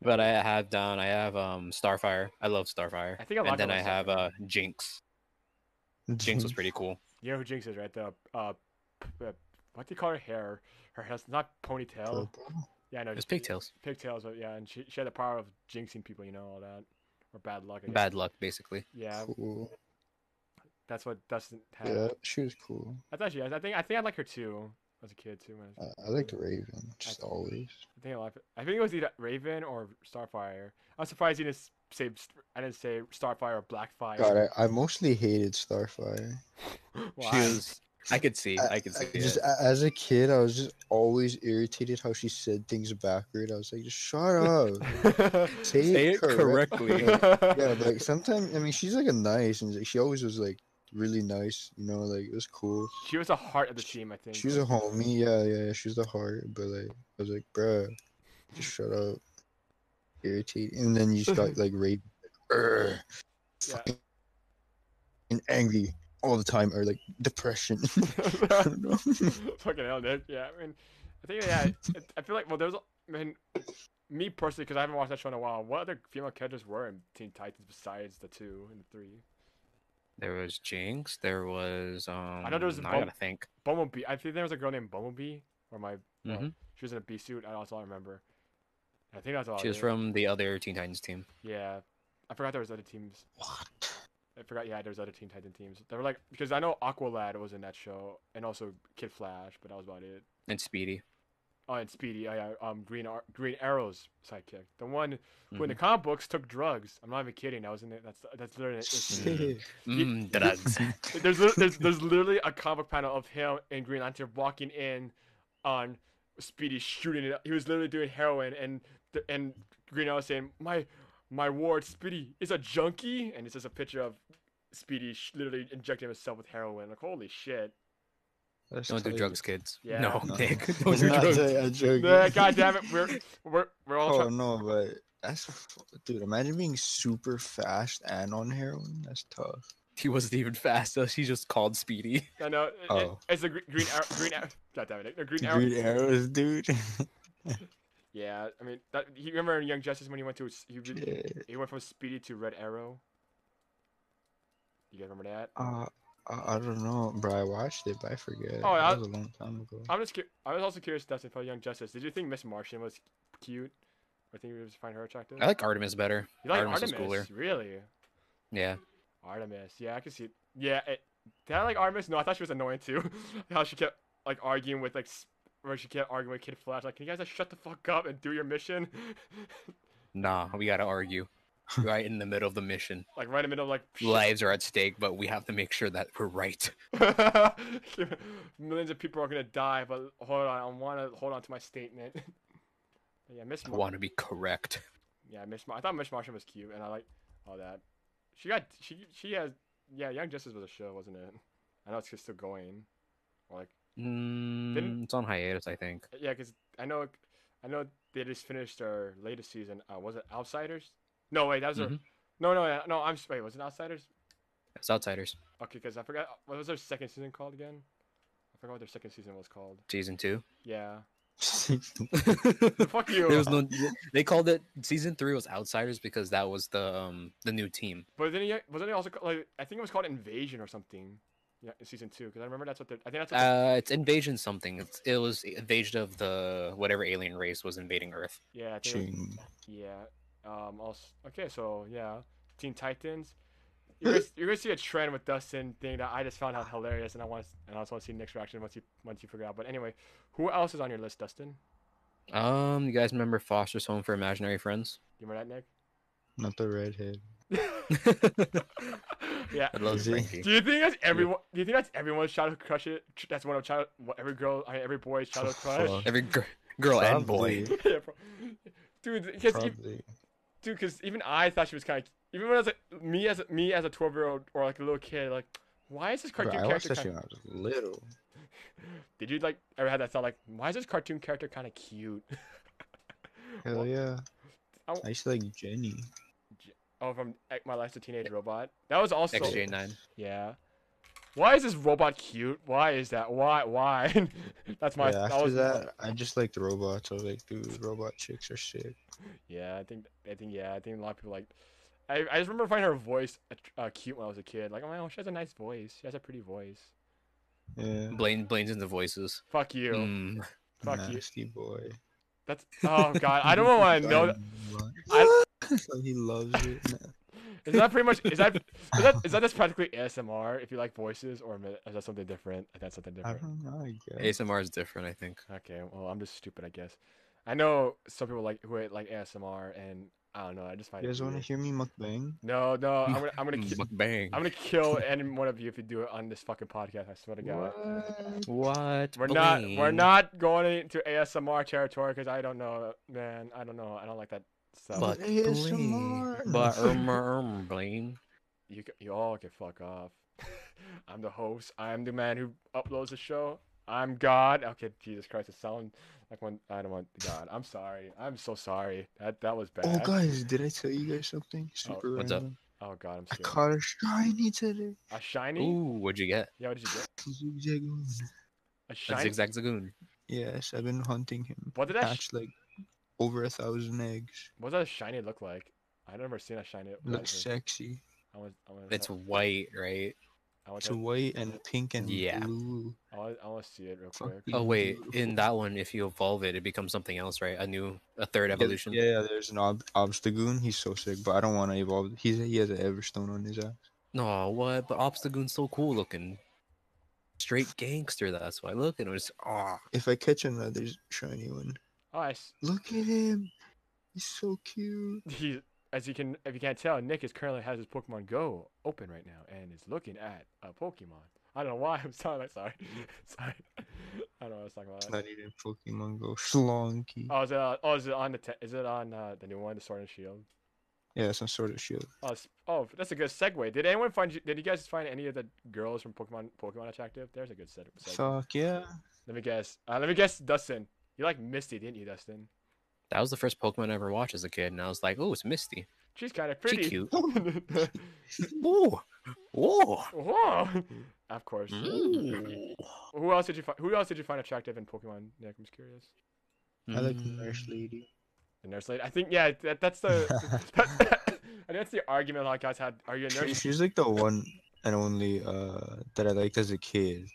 B: but I have down. I have um Starfire. I love Starfire.
A: I think a lot of
B: and then
A: people
B: I
A: like
B: have uh
A: Starfire.
B: Jinx. Jinx was pretty cool.
A: You know who Jinx is, right? The uh, p- uh, what do you call her hair? Her hair's not ponytail. Yeah, I know.
B: It was
A: just-
B: pigtails.
A: pigtails, but yeah, and she, she had the power of jinxing people, you know, all that, or bad luck. I guess.
B: Bad luck, basically.
A: Yeah,
C: Cool.
A: that's what Dustin had.
C: Yeah, she was cool.
A: I thought she. I think I think I like her too as a kid too. When I,
C: Uh,
A: was,
C: I liked Raven, just always.
A: I think I like. I think it was either Raven or Starfire. I'm surprised you didn't s- say. st- I didn't say Starfire or Blackfire.
C: God, I, I mostly hated Starfire.
A: Why?
B: She was. I could see. I, could see.
C: just
B: it.
C: a- as a kid, I was just always irritated how she said things backward. I was like, just shut up, say,
B: Say
C: it
B: it
C: correctly.
B: correctly.
C: yeah, but, like sometimes I mean, she's like a nice, and like, she always was like really nice. You know, like it was cool.
A: she was the heart of the team, I think.
C: She was a homie, yeah, yeah, yeah. She was the heart, but like I was like, bruh, just shut up, irritate. And then you just got like raped, "Urgh,"
A: Yeah.
C: and angry all the time, or like depression. I don't know.
A: Fucking hell, Nick. Yeah, I mean, I think yeah, it, I feel like well, there's I mean, me personally because I haven't watched that show in a while. What other female characters were in Teen Titans besides the two and the three?
B: There was Jinx. There was um. I
A: know there was
B: I
A: Bump-
B: gotta think.
A: Bumblebee. I think there was a girl named Bumblebee, or my well,
B: Mhm.
A: she was in a bee suit. I also remember. I think that's all.
B: She was from the other Teen Titans team.
A: Yeah, I forgot there was other teams.
C: What?
A: I forgot. Yeah, there was other Teen Titan teams. They were like because I know Aqualad was in that show, and also Kid Flash, but that was about it.
B: And Speedy.
A: Oh, and Speedy, I, I, um, Green Ar- Green Arrow's sidekick, the one who in the comic books took drugs. I'm not even kidding. That was in it. That's that's literally. It's,
B: Mm, drugs.
A: there's lit- there's there's literally a comic panel of him and Green Lantern walking in on Speedy shooting it. He was literally doing heroin, and the, and Green Arrow saying, "My my ward, Speedy is a junkie," and it's just a picture of Speedy sh- literally injecting himself with heroin. Like holy shit.
C: That's
B: Don't do
C: tight.
B: drugs, kids.
A: Yeah.
B: No,
C: No.
B: Nick. Don't
C: It's
B: do
C: not
B: drugs.
C: tight, I'm joking.
A: Yeah, God damn it, we're we're we're all.
C: Oh
A: trying-
C: no, but that's dude. Imagine being super fast and on heroin. That's tough.
B: He wasn't even fast. So he just called Speedy.
A: I know. it- it-
C: Oh.
A: it's the Gre- Green Arrow. Green Arrow. God damn it, no, Green Arrow.
C: Green arrows, dude.
A: Yeah, I mean, that, you remember in Young Justice when he went to s- he, re-
C: Yeah.
A: he went from Speedy to Red Arrow. You guys remember that?
C: Uh, I, I don't know, bro. I watched it, but I forget.
A: Oh, I-
C: that was a long time ago.
A: I'm just cu- I was also curious, Dustin, for Young Justice. Did you think Miss Martian was cute? I think you would find her attractive.
B: I like Artemis better.
A: you like
B: Artemis
A: Artemis,
B: was cooler.
A: really?
B: Yeah.
A: Artemis, yeah, I can see. It. Yeah, it, did I like Artemis? No, I thought she was annoying too. How she kept like arguing with like, s- or she kept arguing with Kid Flash. Like, can you guys just shut the fuck up and do your mission?
B: Nah, we gotta argue. right in the middle of the mission.
A: Like right in the middle of like shit.
B: Lives are at stake, but we have to make sure that we're right.
A: millions of people are gonna die, but hold on, I wanna hold on to my statement. But yeah, Miss
B: I
A: Mar-
B: want to be correct.
A: Yeah, Miss Mar- I thought Miss Martian was cute and I like all that. She got she she has yeah, Young Justice was a show, wasn't it? I know it's still going. Like
B: Mm, it's on hiatus, I think.
A: Yeah, because I know, I know they just finished their latest season. Uh, was it Outsiders? No, wait, that was their.
B: Mhm.
A: No, no, no, no. I'm wait. Was it Outsiders?
B: It's Outsiders
A: Okay, because I forgot what was their second season called again. I forgot what their second season was called.
B: season two.
A: Yeah.
C: Season-
A: Fuck you.
B: there was no. They called it season three was Outsiders because that was the um the new team.
A: But then he wasn't it also ca- like I think it was called Invasion or something. Yeah, in season two, because I remember that's what they're. I think that's what.
B: Uh, it's invasion something. It's, it was invasion of the whatever alien race was invading Earth.
A: they- yeah, I think it was-
C: Ching.
A: yeah. Um. Also, okay, so yeah, Teen Titans. You're gonna, you're gonna see a trend with Dustin thing that I just found out hilarious, and I want and I also want to see Nick's reaction once you once you figure out. But anyway, who else is on your list, Dustin?
B: Um, you guys remember Foster's Home for Imaginary Friends?
A: You remember
C: Not the redhead.
A: that, Nick? yeah.
B: I love
C: Is he?
B: Frankie.
A: Do you think that's everyone? Do you think that's everyone's childhood crush? It that's one of child, what, every girl, I mean, every boy's childhood crush.
B: Every gr- girl and boy.
C: Probably,
A: yeah, bro. Dude, because
C: Probably.
A: dude, because even I thought she was kind of even when I was like me as a, me as a twelve year old or like a little kid, like why is this
C: Bro,
A: cartoon
C: I watched
A: character?
C: that
A: Kind
C: shit when I was little.
A: Did you like ever had that thought like why is this cartoon character kind of cute?
C: Hell
A: Well,
C: yeah.
A: I-
C: I used to like Jenny.
A: Oh, from Ec- My Life's a Teenage Robot. That was also
B: XJ9.
A: yeah. Why is this robot cute? Why is that? Why? Why? That's my.
C: yeah,
A: that
C: after
A: was my-
C: that, I just liked robots. I was like, dude, robot chicks are sick.
A: Yeah, I think I think yeah, I think a lot of people like. I, I just remember finding her voice att- uh, cute when I was a kid. Like, oh, she has a nice voice. She has a pretty voice.
C: Yeah.
B: Blaine Blaine's in the voices.
A: Fuck you.
B: Mm.
A: Fuck you.
C: nasty boy.
A: That's oh god. I don't want to know. That. I-
C: he loves it.
A: Is that pretty much? Is that is that is that just practically ASMR? If you like voices, or am I- is that something different? That's something
C: I
A: different.
C: don't know. I guess.
B: ASMR is different, I think.
C: Uh-huh.
A: Okay, well, I'm just stupid, I guess. I know some people like who like ASMR, and I don't know. I just find
C: You guys
A: it.
C: want to
A: weird.
C: hear me mukbang?
A: No, no. I'm gonna I'm gonna ki-
B: Mm, Bang.
A: I'm gonna kill any one of you if you do it on this fucking podcast. I swear to God.
B: What?
A: We're not we're
B: Blaine?
A: not going into ASMR territory because I don't know, man. I don't know. I don't like that stuff.
B: But Blaine.
C: ASMR.
B: But um, um, Blaine.
A: You c- you all can fuck off. I'm the host. I'm the man who uploads the show. I'm God. Okay, Jesus Christ, it sounds like one. I don't want God. I'm sorry. I'm so sorry. That that was bad.
C: Oh, guys, did I tell you guys something?
A: Oh,
C: Super
B: what's up?
C: random.
A: Oh, God, I'm
C: I
A: scared.
C: caught a shiny today.
A: A shiny?
B: Ooh, what'd you get?
A: Yeah, what did you get?
C: Zigzagoon.
A: A
B: A
A: shiny.
B: zigzag zagoon.
C: Yes, I've been hunting him.
A: What did that? Sh-
C: Hatched like over a thousand eggs.
A: what does a shiny look like? I've never seen a shiny.
C: Looks sexy.
A: I want. I want.
B: It's white, right?
A: I want.
C: It's
A: to-
C: white and pink and
B: Yeah.
C: blue.
A: I want. I want to see it real
C: Fuck
A: quick.
C: you.
B: Oh wait,
C: Beautiful.
B: in that one, if you evolve it, it becomes something else, right? A new, a third
C: Yeah,
B: evolution.
C: Yeah, yeah, there's an ob- Obstagoon. He's so sick, but I don't want to evolve. He's he has an Everstone on his ass.
B: No, what? But Obstagoon's so cool looking. Straight gangster. That's why. Look at him. It's ah.
C: If I catch another shiny one,
A: Oh, I s-
C: look at him. He's so cute.
A: he as you can if you can't tell, Nick is currently has his Pokemon Go open right now and is looking at a Pokemon. I don't know why I'm sorry like sorry. sorry. I don't know what I was talking about.
C: Not even Pokemon Go. Slonky.
A: Oh, is it, uh, oh, is it on the te- is it on uh, the new one, the Sword and Shield?
C: yeah, some sort of shield.
A: Oh, s- oh, that's a good segue. Did anyone find? You, did you guys find any of the girls from Pokemon Pokemon attractive? There's a good set. segue.
C: Fuck yeah.
A: Let me guess. Uh, let me guess, Dustin. You like Misty, didn't you, Dustin?
B: That was the first Pokemon I ever watched as a kid, and I was like, oh, it's Misty.
A: She's kind of
B: She
A: pretty.
B: cute.
A: Whoa!
B: Ooh, whoa.
A: Of course.
B: Ooh.
A: Who else did you find? Who else did you find attractive in Pokemon? Nick, I'm just curious.
C: I like the
B: Mm.
C: nurse lady.
A: The nurse lady. I think yeah. That, that's the. that, I think that's the argument a lot of guys had. Are you a
C: She,
A: nurse?
C: she's like the one and only uh that I liked as a kid.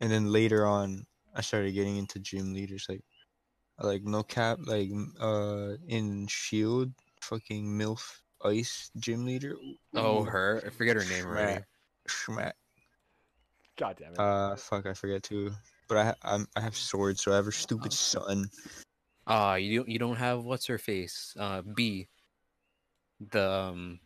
C: And then later on, I started getting into gym leaders. Like, I like no cap. Like, m- uh, in Shield, fucking milf ice gym leader.
B: Oh,
C: Mm.
B: her. I forget her name already.
C: Schmack.
A: God damn it.
C: Uh, fuck, I forget too. But I ha- I'm, I have swords, so I have her stupid
B: Oh.
C: son.
B: Ah, you don't. You don't have what's her face? Uh, B. uh, the um,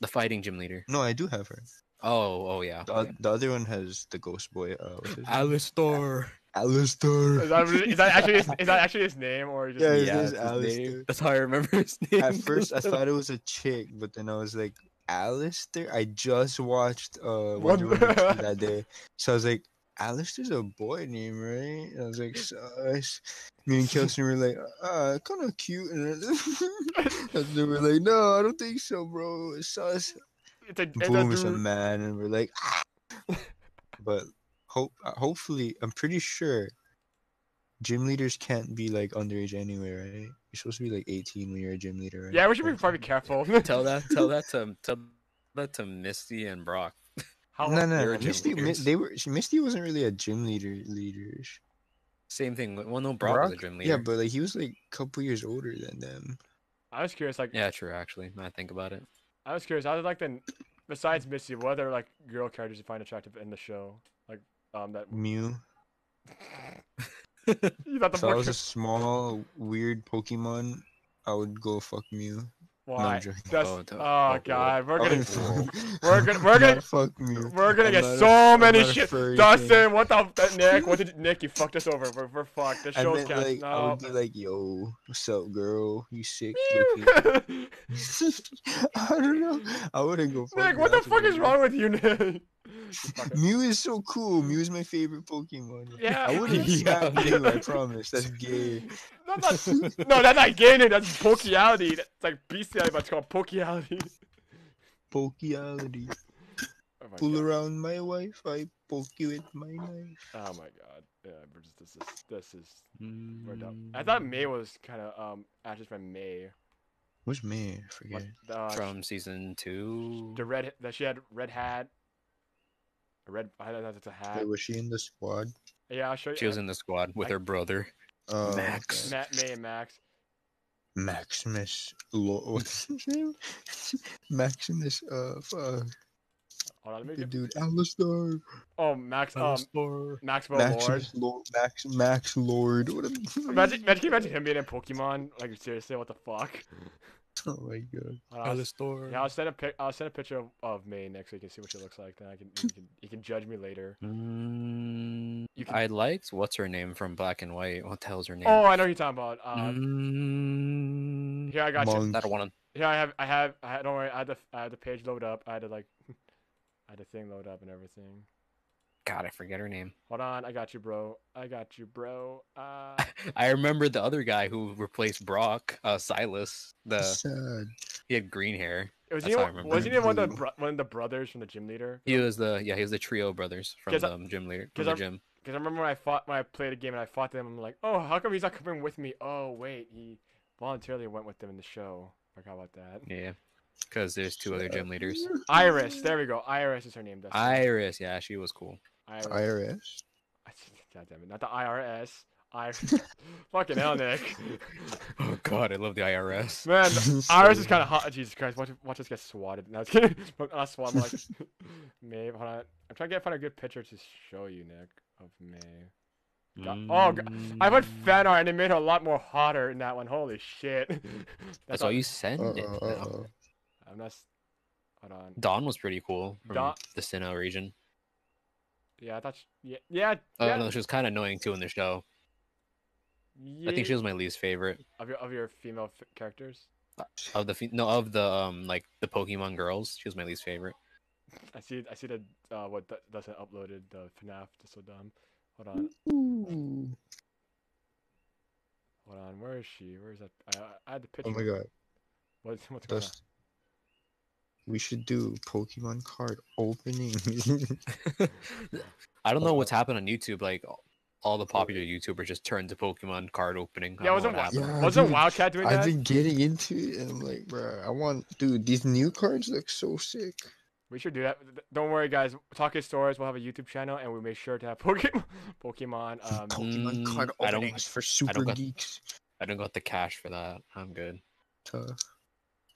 B: the fighting gym leader.
C: No, I do have her.
B: Oh, oh yeah.
C: The, oth- the other one has the ghost boy. Uh, what's his name?
B: Alistor.
C: Alistair.
A: Is that, is that actually his, is that actually his name or just
C: Yeah, his
B: Yeah,
C: name's
B: that's, his name.
C: Alistair.
B: that's how I remember his name.
C: At first, I thought it was a chick, but then I was like, Alistair? I just watched uh,
A: What the-
C: Wonder Woman 2 that day. So I was like, Alistair's a boy name, right? And I was like, so, I s- me and Kelsey were like, uh, kind of cute. And then they were like, no, I don't think so, bro. It's sus.
A: it's a, it's a
C: Boom, it's a
A: dude.
C: man. And we're like, "Ah." but hope, uh, hopefully, I'm pretty sure gym leaders can't be like underage anyway, right? You're supposed to be like 18 when you're a gym leader, right?
A: Yeah, we should be probably
C: Hopefully.
A: careful.
B: tell that tell that to tell that to Misty and Brock.
A: How
C: no,
B: they
C: no,
B: were
C: no.
B: gym
C: Misty, Mi-
B: leaders.
C: they were she- Misty wasn't really a gym leader. Leaders.
B: Same thing. Well, no, Brock, was a
C: Brock?
B: gym leader.
C: Yeah, but like he was like a couple years older than them.
A: I was curious, like
B: yeah, true. Actually, now I think about it.
A: I was curious. I was like then besides Misty, what other like girl characters you find attractive in the show? Like um that
C: Mew.
A: you thought the
C: If I
A: more
C: was a small weird Pokemon, I would go fuck Mew.
A: why?
C: joking.
A: That's,
B: Oh,
A: oh,
B: don't- oh,
A: god, we're
C: I
A: gonna
C: would fuck-
A: we're gonna- we're
C: not
A: gonna-
C: fuck Mew.
A: we're gonna
C: I'm
A: get
C: not a-
A: so
C: I'm
A: many
C: not a
A: shit.
C: furry
A: Dustin,
C: thing.
A: what the that, Nick? What did Nick? You fucked us over. We're, we're fucked. The
C: I
A: show's
C: meant,
A: canceled.
C: like, I
A: No.
C: would be like, yo, what's up, girl? You sick? looking." I don't know. I wouldn't go. fuck
A: Nick,
C: Mew.
A: what the
C: That's a
A: fuck
C: weird
A: is
C: one.
A: wrong with you, Nick? You fucker.
C: Mew is so cool. Mew is my favorite Pokemon.
A: Yeah.
C: I wouldn't
B: Yeah.
C: slap Mew, I promise. That's gay.
A: That's not, no, that's not gaining. That's pokiality. That's like bestiality, but it's called pokiality.
C: Pokeality.
A: Oh my
C: Pull
A: god.
C: around my wife, I poke you with my knife.
A: Oh my god. Yeah, we're just, this is this is we're dumb. I thought
C: Mm.
A: May was kind of um actress by May.
C: What's me? I
A: What,
C: forget.
A: uh,
B: Mm, from season two.
A: the red that she had red hat. A red. I don't know. if That's a hat.
C: Wait, was she in the squad?
A: Yeah, I'll show you.
B: She was in the squad with
A: I-
B: her brother.
C: Uh,
B: Max.
A: Matt, May and Max.
C: Maximus. Lo- what's his name? Maximus. Uh, fuck.
A: Hold on, let me
C: The
A: get,
C: dude. Alistar.
A: oh, Max. Um, Maxwell Lord.
C: Maximus. Lord. Max. Max Lord. What a.
A: Imagine, imagine, can you imagine him being in Pokemon. Like seriously, what the fuck?
C: Oh my god.
A: Hold on, I'll s- yeah, I'll send a pic. I'll send a picture of, of May next so you can see what she looks like. Then I can you can, you can judge me later.
B: Mm,
A: You can-
B: I liked what's her name from Black and White. What the hell's her name?
A: Oh, I know who you're talking about. Uh,
B: Mm,
A: Here I got you.
C: Monk.
B: I don't want
A: Yeah, I have, I have, I had, don't worry, I had the, I had the page load up, I had to like, I had the thing load up and everything.
B: to. God, I forget her name.
A: Hold on, I got you, bro. I got you, bro. Uh,
B: I remember the other guy who replaced Brock, uh, Silas. The
C: Sad.
B: he had green hair.
A: it was
B: That's
A: he,
B: how I
A: one-
B: remember
A: wasn't he
C: him.
A: one of the bro- one of the brothers from the gym leader?
B: He was the yeah, he was the trio brothers from
A: 'Cause
B: the
A: I-
B: um, gym leader
A: 'cause
B: from the
A: I'm-
B: gym.
A: Because I remember when I fought, when I played a game and I fought them, I'm like, oh, how come he's not coming with me? Oh wait, he voluntarily went with them in the show. Forgot about that.
B: Yeah, because there's two other gym leaders.
A: Iris, there we go. Iris is her name. That's
B: Iris, yeah, she was cool.
A: Iris.
C: IRS.
A: God damn it, not the IRS. I fucking hell, Nick.
B: Oh God, I love the IRS.
A: Man, Iris
C: Sorry.
A: is kind of hot. Jesus Christ, watch, watch us get swatted. No, I was kidding. Not swat, more like Maeve. Hold on. I'm trying to get find a good picture to show you, Nick, of Maeve. God- oh, God. I went
B: Mm.
A: fan art and it made her a lot more hotter in that one. Holy shit. That's,
B: That's all you send.
C: Uh-oh,
B: it
A: Uh,
B: now.
C: uh-oh.
A: I'm not. s- Hold on.
B: Dawn was pretty cool from
A: Da-
B: the Sinnoh region.
A: Yeah, I thought. She, yeah, yeah,
B: Oh
A: yeah,
B: no, she was kind of annoying too in the show. I think she was my least favorite
A: Of your, of your female f- characters?
C: uh,
B: of the fe- no of the um like the Pokemon girls. She was my least favorite.
A: I see I see the uh, what Du- Dustin uploaded, the FNAF. That's so dumb. Hold on.
C: Ooh.
A: Hold on. Where is she? Where is that? I, I- I had the picture.
C: Oh my god.
A: What's, what's going on?
C: That's we should do Pokemon card opening.
B: I don't know what's
C: Uh,
B: happened on YouTube. Like all- all the popular YouTubers just turned to Pokemon card opening. I
A: Yeah,
B: don't know
A: wasn't
B: what
A: Wild-
B: happened.
C: Yeah,
A: Wasn't
C: dude,
A: Wildcat doing
C: I've
A: that?
C: been getting into it, and I'm like, bro, I want, dude, these new cards look so sick.
A: We should do that. Th- Don't worry, guys. Talk His Stories. We'll have a YouTube channel, and we make sure to have Pokemon. Pokemon. Um,
C: Pokemon card
B: Mm, I don't-
C: openings for
B: don't
C: super
B: got-
C: geeks.
B: I don't got the cash for that. I'm good.
C: Tough.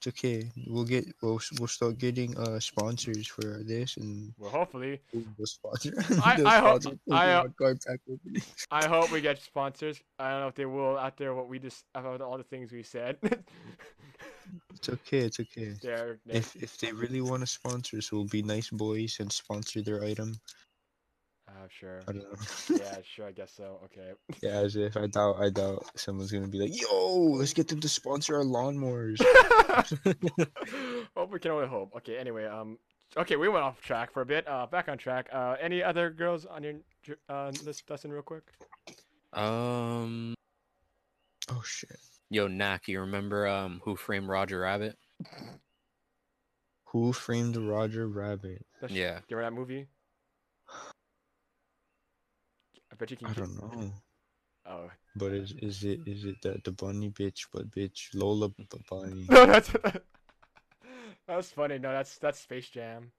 C: It's okay. We'll get, we'll, we'll start getting uh sponsors for this, and
A: well, hopefully,
C: we'll sponsor.
A: I-
C: they'll
A: I hope-
C: sponsor
A: I, uh,
C: Pokemon card pack opening.
A: I hope we get sponsors. I don't know if they will out there. What we just about all the things we said.
C: It's okay. It's okay.
A: They're, they
C: If if they really want to sponsor, so we'll be nice boys and sponsor their item.
A: uh, sure.
C: I don't know.
A: yeah, sure. I guess so. Okay.
C: yeah, as if I doubt I doubt someone's gonna be like, yo, let's get them to sponsor our lawnmowers.
A: well, we can only hope. Okay. Anyway, um, okay, we went off track for a bit. Uh, back on track. Uh, any other girls on your dr- uh list, Dustin, real quick?
B: Um,
C: oh shit.
B: yo, Nak, you remember um Who Framed Roger Rabbit?
C: Who framed Roger Rabbit?
A: That's-
B: Yeah.
A: Do you remember that movie? I bet you can.
C: I
A: keep-
C: don't know.
A: Oh
C: But is is it is it the the bunny bitch? But bitch, Lola b- bunny.
A: no, that's that was funny. No, that's that's Space Jam.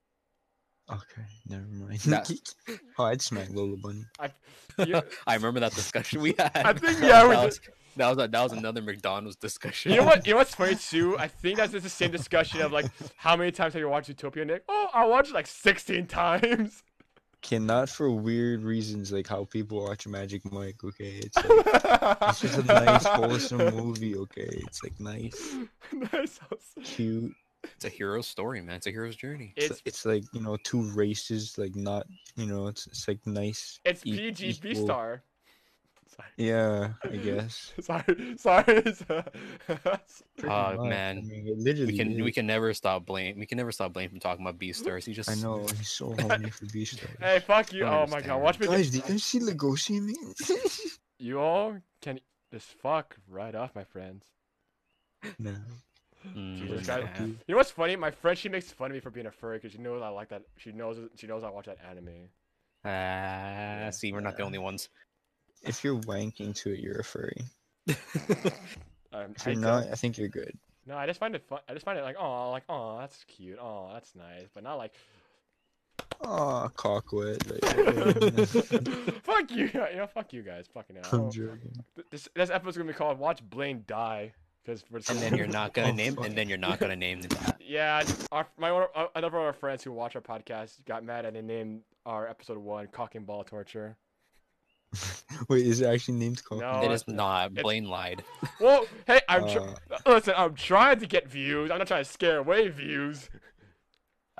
C: Okay, never mind.
B: Nah.
C: oh, I'd smack Lola bunny.
A: I, you,
B: I remember that discussion we had.
A: I think yeah, we
B: that
A: just,
B: was, that was that was another McDonald's discussion.
A: You know what? You know what's funny too? I think that's just the same discussion of like, how many times have you watched Utopia, Nick? Oh, I watched it like 16 times.
C: Cannot for weird reasons like how people watch Magic Mike. Okay, it's like, it's
A: this
C: just a nice wholesome movie. Okay, it's like nice,
A: nice. awesome.
C: cute.
B: It's a hero's story, man. It's a hero's journey.
C: It's,
A: It's
C: it's like you know two races like not you know it's it's like nice.
A: it's
C: e-
A: PG B
C: equal-
A: star.
C: Yeah, I guess.
A: Sorry, uh, sorry, sorry.
C: Pretty
B: Ah,
C: much,
B: man.
C: I mean, it literally
B: We can we
C: is.
B: can never stop blame. We can never stop blame from talking about beast stars. He just
C: I know he's so horny for Beastars.
A: hey, fuck you!
B: Don't
A: Oh my god,
B: understand.
A: watch me.
C: Guys, did you guys see Legosi, man?
A: You all can just fuck right off, my friends.
C: no.
B: Mm,
A: Jesus
B: nah.
A: Christ. You know what's funny? My friend, she makes fun of me for being a furry because she knows I like that. She knows she knows I watch that anime.
B: Ah, see, we're not the only ones.
C: If you're wanking to it, you're a furry.
A: Um,
C: If
A: I
C: you're
A: don't-
C: not, I think you're good.
A: No, I just find it fun. I just find it like, oh, like, oh, that's cute. Oh, that's nice. But not like,
C: Aw, cockwit. Like,
A: fuck you, you know, fuck you guys, fucking
C: I'm
A: hell.
C: joking.
A: Th- This this episode's gonna be called "Watch Blaine Die" because for some
B: And then you're not gonna
C: Oh,
B: name.
C: fuck.
B: And then you're not gonna name them. that.
A: Yeah, our, my one- uh, another one of our friends who watch our podcast got mad and they named our episode one "Cock and Ball Torture."
C: Wait, is it actually named cock?
A: No,
B: It
A: Oh,
B: is not.
A: it's-
B: Blaine lied.
A: Well, hey, I'm
C: Uh,
A: tr- listen. I'm trying to get views. I'm not trying to scare away views.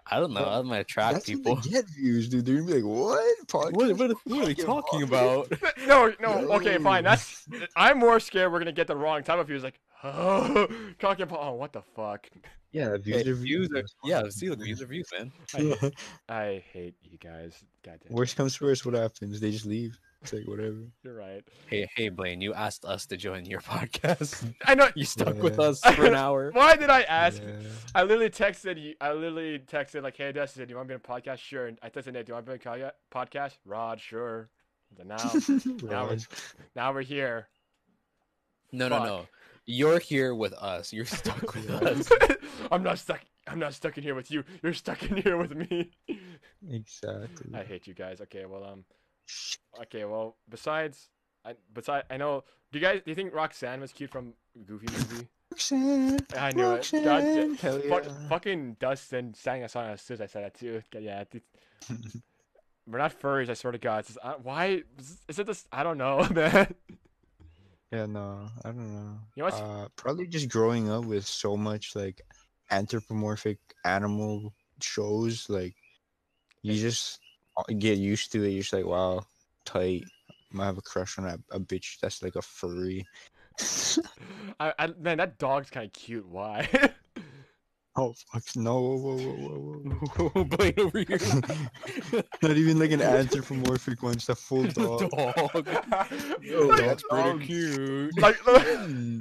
B: I don't know.
C: Well,
B: I'm gonna attract
C: That's when
B: people.
C: they get views, dude. They're gonna be like, "What podcast?
B: what are we
C: fucking
B: talking
C: awful.
B: about?
A: No, no. Okay,
C: Yo.
A: fine. That's I'm more scared we're gonna get the wrong type of views. Like, oh, cock and ball. Oh, what the fuck?
C: Yeah, views are views.
B: Views are, yeah, see the views are views, man.
A: I, I hate you guys. Goddamn.
C: Worst comes to worst, what happens? They just leave. It's like whatever.
A: You're right.
B: Hey, hey, Blaine, you asked us to join your podcast.
A: I know.
B: You stuck with
C: Yeah.
B: us for an hour.
A: Why did I ask?
C: Yeah.
A: I literally texted you. I literally texted like, "Hey, Dustin, do you want to be on a podcast?" Sure. And I texted Nate, "Do you want to be on a podcast?" Rod, sure. So now, now we're
C: Raj.
A: now we're here.
B: No, no,
A: Fuck.
B: no. You're here with us. You're stuck with
C: Yeah.
B: us.
A: I'm not stuck. I'm not stuck in here with you. You're stuck in here with me.
C: exactly.
A: I hate you guys. Okay, well, um, okay, well, besides, I besides, I know. Do you guys do you think Roxanne was cute from Goofy movie?
C: Roxanne,
A: I knew it. God damn-
C: Roxanne, Hell
A: Fuck,
C: yeah.
A: fucking Dustin sang a song as soon as I said that too. Okay, Yeah, dude. we're not furries. I swear to God. It's just, I, why is it this? I don't know, man.
C: Yeah, no, I don't know.
A: You know what's-
C: Uh, probably just growing up with so much like anthropomorphic animal shows, like you just uh, get used to it. You're just like, wow, tight. I'm gonna have a crush on a, a bitch that's like a furry.
A: I, I man, that dog's kind of cute. Why?
C: Oh fuck! No, whoa, whoa, whoa, whoa,
B: Blaine over here.
C: whoa. not even like an anthropomorphic one. It's a full dog.
B: Dog.
A: Yo,
B: Yo,
A: like,
B: that's
A: um,
B: pretty cute.
A: Like,
C: Hmm.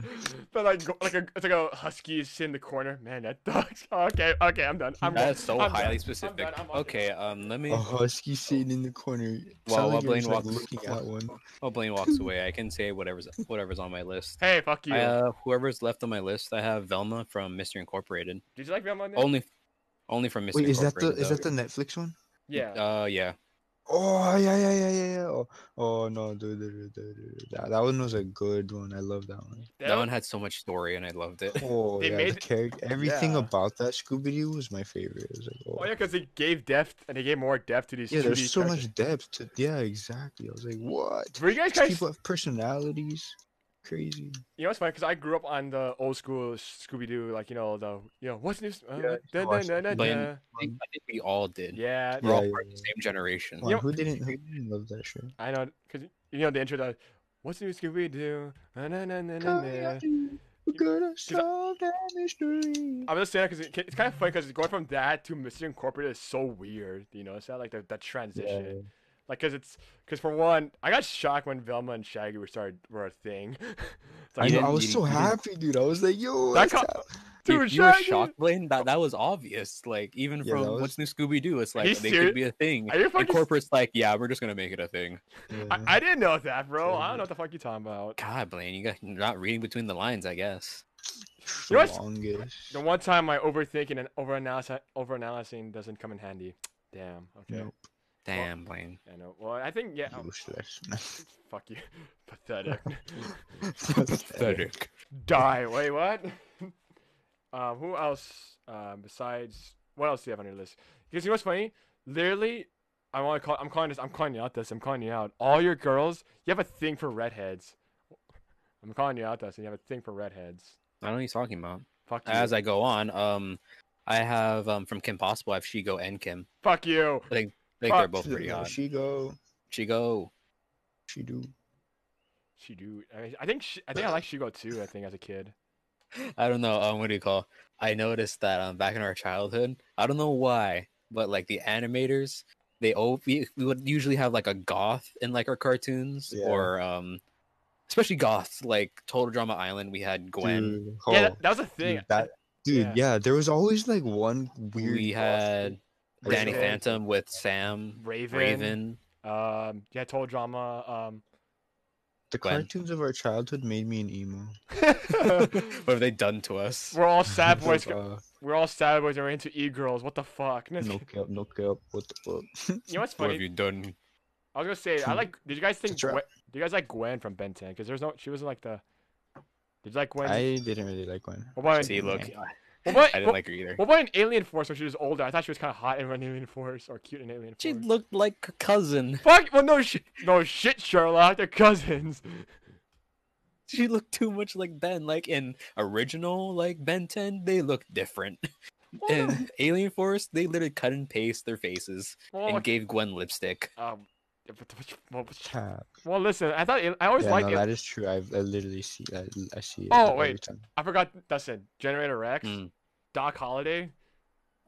A: but like, go- like a, it's like a husky sit in the corner. Man, that dog's okay. Okay, I'm done. I'm
B: That's so
A: I'm done.
B: highly
A: I'm
B: specific.
A: done. I'm off the-
B: okay, um, let me.
C: A husky sitting in the corner.
B: While-
C: Sound
B: while
C: like you're
B: Blaine
C: just, like,
B: walks-
C: looking at one.
B: While oh, Blaine walks away, I can say whatever's whatever's on my list.
A: Hey, fuck you.
B: I, uh, whoever's left on my list, I have Velma from Mr. Incorporated.
A: Did you like Velma? Nick?
B: Only, only from Mr.
C: Wait, is that the
B: Incorporated.
C: is that the Netflix one?
A: yeah.
B: Uh, yeah.
C: Oh yeah yeah yeah yeah yeah. Oh, oh no, dude, dude, dude, dude, dude. That, that one was a good one. I love that one.
B: That one had so much story, and I loved it.
C: Oh
A: They
C: yeah,
A: made
C: the
A: it-
C: character, everything
A: yeah.
C: about that Scooby Doo was my favorite. It was like, oh,
A: Oh yeah, because they gave depth and they gave more depth to these.
C: yeah,
A: 2D
C: there's so
A: characters.
C: much depth to yeah, exactly. I was like, what?
A: Were you guys
C: These
A: guys
C: people have personalities. crazy.
A: You know, it's funny because I grew up on the old school Scooby Doo, like you know the you know what's new. Uh,
C: Yeah, I used to
A: da-
C: watch
A: da- da-
C: that.
B: But-
A: da-
B: I think, I think we all did.
A: Yeah,
B: We're all
C: Yeah,
B: part of
C: yeah,
B: the same generation.
C: Come on,
A: Yep.
C: who didn't who didn't love that shit?
A: I know because you know the intro. The, what's new Scooby Doo? I'm
C: gonna
A: solve
C: that mystery.
A: just saying because it's kind of funny because going from that to Mystery Incorporated is so weird. You know, it's not like the, the transition. Like, cause it's cause for one, I got shocked when Velma and Shaggy were started were a thing. it's
C: I,
A: like,
B: You
C: know, I
B: didn't-
C: was
B: you
C: so
B: didn't- you didn't-
C: happy, dude. I was like, yo,
A: That
C: that's
A: co-
C: how-
A: dude,
B: If you were
A: Shaggy!
B: shocked, Blaine, that, that was obvious. Like, even
C: Yeah,
B: from
C: that was-
B: What's New Scooby Doo, it's like
A: you
B: they
A: serious?
B: could be a thing.
A: Are you
B: And
A: fucking?
B: corporate's like, yeah, we're just going to make it a thing.
A: I,
C: Yeah.
A: I didn't know that, bro. I don't
C: Yeah.
A: know what the fuck you're talking about.
B: God, Blaine, you got, you're not reading between the lines, I guess.
C: It's
A: You know what's-
C: longest.
A: The one time my overthinking and overanalyzing overanalyzing doesn't come in handy. Damn. Okay.
C: Nope.
B: Damn, Blaine.
A: I know. Well, I think yeah. um,
C: Useless.
A: fuck you. Pathetic.
B: Pathetic.
A: Die. Wait, what? um, who else? Um, besides, what else do you have on your list? Because you know what's funny? Literally, I want to call. I'm calling this. I'm calling you out. This. I'm calling you out. All your girls, you have a thing for redheads. I'm calling you out. This. And you have a thing for redheads.
B: I don't know what he's talking about.
A: Fuck you.
B: As I go on, um, I have um from Kim Possible, I have Shigo and Kim.
A: Fuck you.
B: I think they're
A: Fuck.
B: both pretty hot.
C: She go.
B: Shigo.
C: She do.
A: She do. I, mean, I think. She, I think I like Shigo too. I think as a kid.
B: I don't know. Um, what do you call? I noticed that um, back in our childhood, I don't know why, but like the animators, they all we, we would usually have like a goth in like our cartoons
C: Yeah.
B: or um, especially goths. Like Total Drama Island, we had Gwen.
C: Dude,
A: Yeah,
C: oh,
A: that, that was a thing.
C: dude, that- dude,
A: yeah.
C: yeah. there was always like one weird.
B: we
C: goth
B: had
C: kid.
B: Danny
A: Raven.
B: Phantom with Sam
A: Raven.
B: Raven.
A: Um, yeah, total drama. Um,
C: The
B: Gwen.
C: cartoons of our childhood made me an emo.
B: what have they done to us?
A: we're all sad boys.
C: Uh,
A: We're all sad boys. and We're into e girls. What the fuck?
C: no cap, no cap. What the fuck?
A: You know what's
B: What have
A: funny?
B: you done?
A: I was gonna say I like. Did you guys think?
C: It's a trap.
A: Gwen, do you guys like Gwen from Ben 10? Because there's no. She wasn't like the. Did you like Gwen?
C: I didn't really like Gwen.
A: what about,
B: See,
A: in-
B: look,
A: what about,
B: I didn't
A: what,
B: like her either.
A: what about in Alien Force when she was older? I thought she was kind of hot in Alien Force or cute in Alien
B: She
A: Force.
B: looked like her cousin.
A: Fuck! Well, no shit, no shit, Sherlock. They're cousins.
B: She looked too much like Ben. Like in original, like Ben 10, they look different.
A: Well, no,
B: In Alien Force, they literally cut and paste their faces
A: well,
B: and
A: okay,
B: gave Gwen lipstick.
A: um, yeah, but- but- well, but-
C: Cap.
A: well, listen. I thought I always
C: Yeah,
A: liked.
C: no,
A: it.
C: that is true. I've, I literally see. I, I see. It
A: Oh,
C: every
A: wait.
C: time.
A: I forgot. That's it. Generator Rex.
B: Mm.
A: Doc Holiday.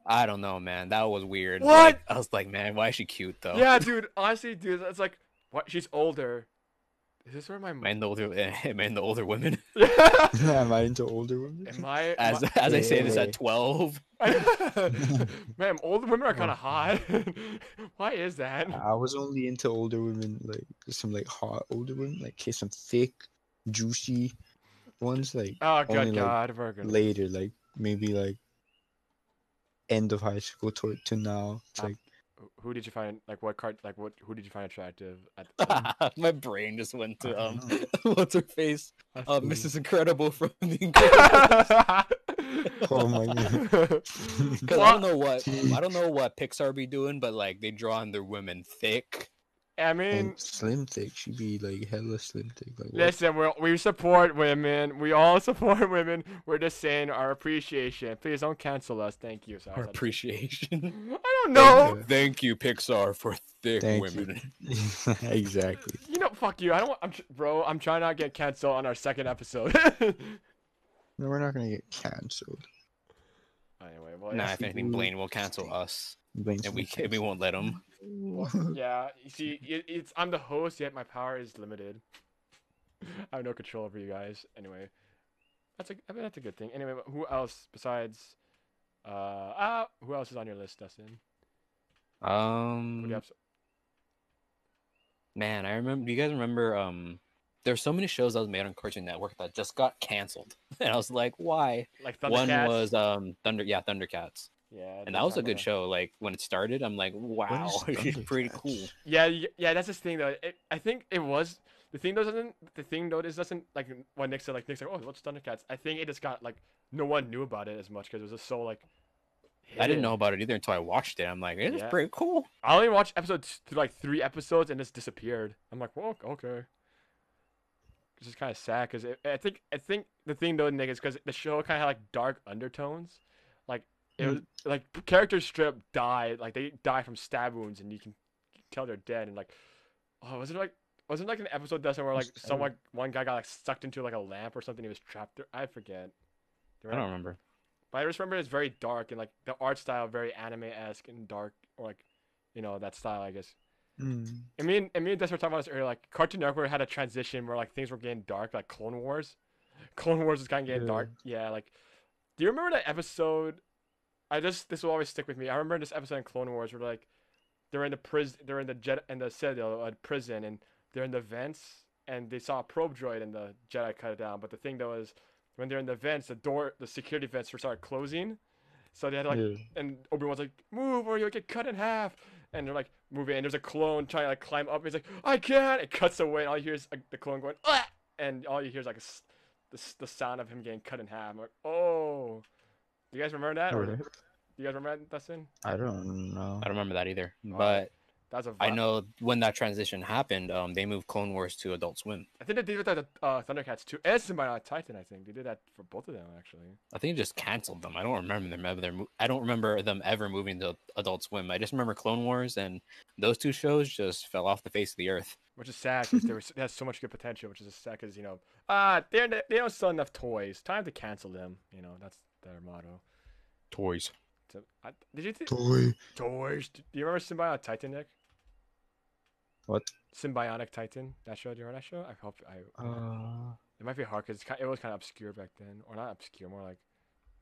B: I don't know, man. That was weird.
A: What?
B: Like, I was like, man, why is she cute though?
A: Yeah, dude. Honestly, dude, it's like what? She's older. Is this where my
B: Man, the older, man, the older women.
C: Am I into older women?
A: Am I?
B: As
A: am
B: as I say this
C: Hey.
B: at twelve,
A: I... Ma'am, older women are kind of hot. Why is that?
C: I was only into older women, like some like hot older women, like okay, some thick, juicy ones, like
A: Oh good
C: Only, like,
A: God, we're gonna-
C: later, like maybe like end of high school to to now. It's
A: Ah.
C: like
A: Who did you find? Like what card? Like what? Who did you find attractive? At the time?
B: my brain just went to
C: I
B: um,
C: don't know.
B: what's her face?
C: I
B: Uh,
C: feel
B: Mrs. Incredible from the Incredible.
A: Because
C: you. Oh my god.
B: I don't know what um, I don't know what Pixar be doing, but like they drawing their women thick.
A: I mean,
C: And slim thick, she'd be like hella slim thick. Like what?
A: Listen, we we support women. We all support women. We're just saying our appreciation. Please don't cancel us. Thank you. Sorry.
B: Our appreciation.
A: I don't know.
B: Thank you, Pixar, for thick
C: Thank you.
B: women.
C: exactly.
A: You know, fuck you. I don't. Want, I'm tr- bro. I'm trying not to get canceled on our second episode.
C: No, we're not gonna get canceled.
A: anyway, well,
B: Nah,
A: yeah.
B: if anything, Blaine will cancel us,
C: Blaine's
B: and
C: gonna
B: we ca- we won't let him.
C: cancel.
A: yeah. You see, it, it's I'm the host, yet my power is limited. I have no control over you guys. Anyway, that's a. I mean, that's a good thing. Anyway, who else besides? Uh, uh who else is on your list, Dustin? Who do you
B: Um,
A: have-
B: man, I remember. Do you guys remember? Um, there's so many shows that was made on Cartoon Network that just got canceled, and I was like, why?
A: Like
B: One
A: Thundercats?
B: was um Thunder, yeah, Thundercats,
A: Yeah.
B: and that was a
A: Thundercats.
B: good show. Like when it started, I'm like, wow, it's pretty cool.
A: Yeah, y- yeah, that's the thing though. It, I think it was the thing though doesn't the thing though is doesn't like when Nick said like Nick said oh what's Thundercats. I think it just got like no one knew about it as much because it was just so like.
B: I didn't
A: hidden.
B: know about it either until I watched it. I'm like, it's
A: Yeah.
B: pretty cool.
A: I only watched episodes through like three episodes and it's disappeared. I'm like, well, okay. it's just kind of sad because I think I think the thing though, Nick, is because the show kind of had like dark undertones, like it
B: Hmm.
A: was like characters strip died, like they die from stab wounds, and you can tell they're dead, and like, oh, was it like wasn't like an episode that's where like
C: Stab
A: someone one guy got like sucked into like a lamp or something, he was trapped there. I forget.
B: I don't remember.
A: But I just remember it's very dark and like the art style very anime esque and dark, or like, you know, that style I guess.
C: Mm.
A: And me and, and me and Des were talking about this earlier. Like Cartoon Network had a transition where like things were getting dark, like Clone Wars. Clone Wars was kind of getting
C: Yeah.
A: dark. Yeah, like do you remember that episode? I just this will always stick with me. I remember this episode in Clone Wars where like they're in the prison, they're in the jet in the Citadel uh, prison, and they're in the vents, and they saw a probe droid, and the Jedi cut it down. But the thing though is, when they're in the vents, the door, the security vents, were started closing, so they had to, like
C: yeah.
A: and Obi Wan's like, "Move, or you'll get cut in half." And they're like, "Move it!" And there's a clone trying to like climb up. He's like, "I can't!" It cuts away, and all you hear is like, the clone going, "Ah!" and all you hear is like a s the, s- the sound of him getting cut in half. I'm like, "Oh." Do you guys remember that? Or do
C: Alright.
A: you guys remember that, Dustin?
C: I don't know.
B: I don't remember that either.
A: Oh.
B: But
A: That's a.
B: I
A: vi-
B: know when that transition happened, um, they moved Clone Wars to Adult Swim.
A: I think they did that with uh, Thundercats too. And Somebody on Titan, I think they did that for both of them actually.
B: I think it just canceled them. I don't remember them ever. mo- I don't remember them ever moving to Adult Swim. I just remember Clone Wars, and those two shows just fell off the face of the earth.
A: Which is sad because there was it has so much good potential. Which is just sad because you know ah they're, they don't sell enough toys. Time to cancel them. You know that's their motto.
B: Toys.
A: So, I, did you think?
C: Toy.
A: Doors. Do you remember Symbionic Titan, Nick?
C: What?
A: Symbionic Titan. That show. Do you remember that show? I hope I.
C: Uh,
A: It might be hard because it was kind of obscure back then, or not obscure, more like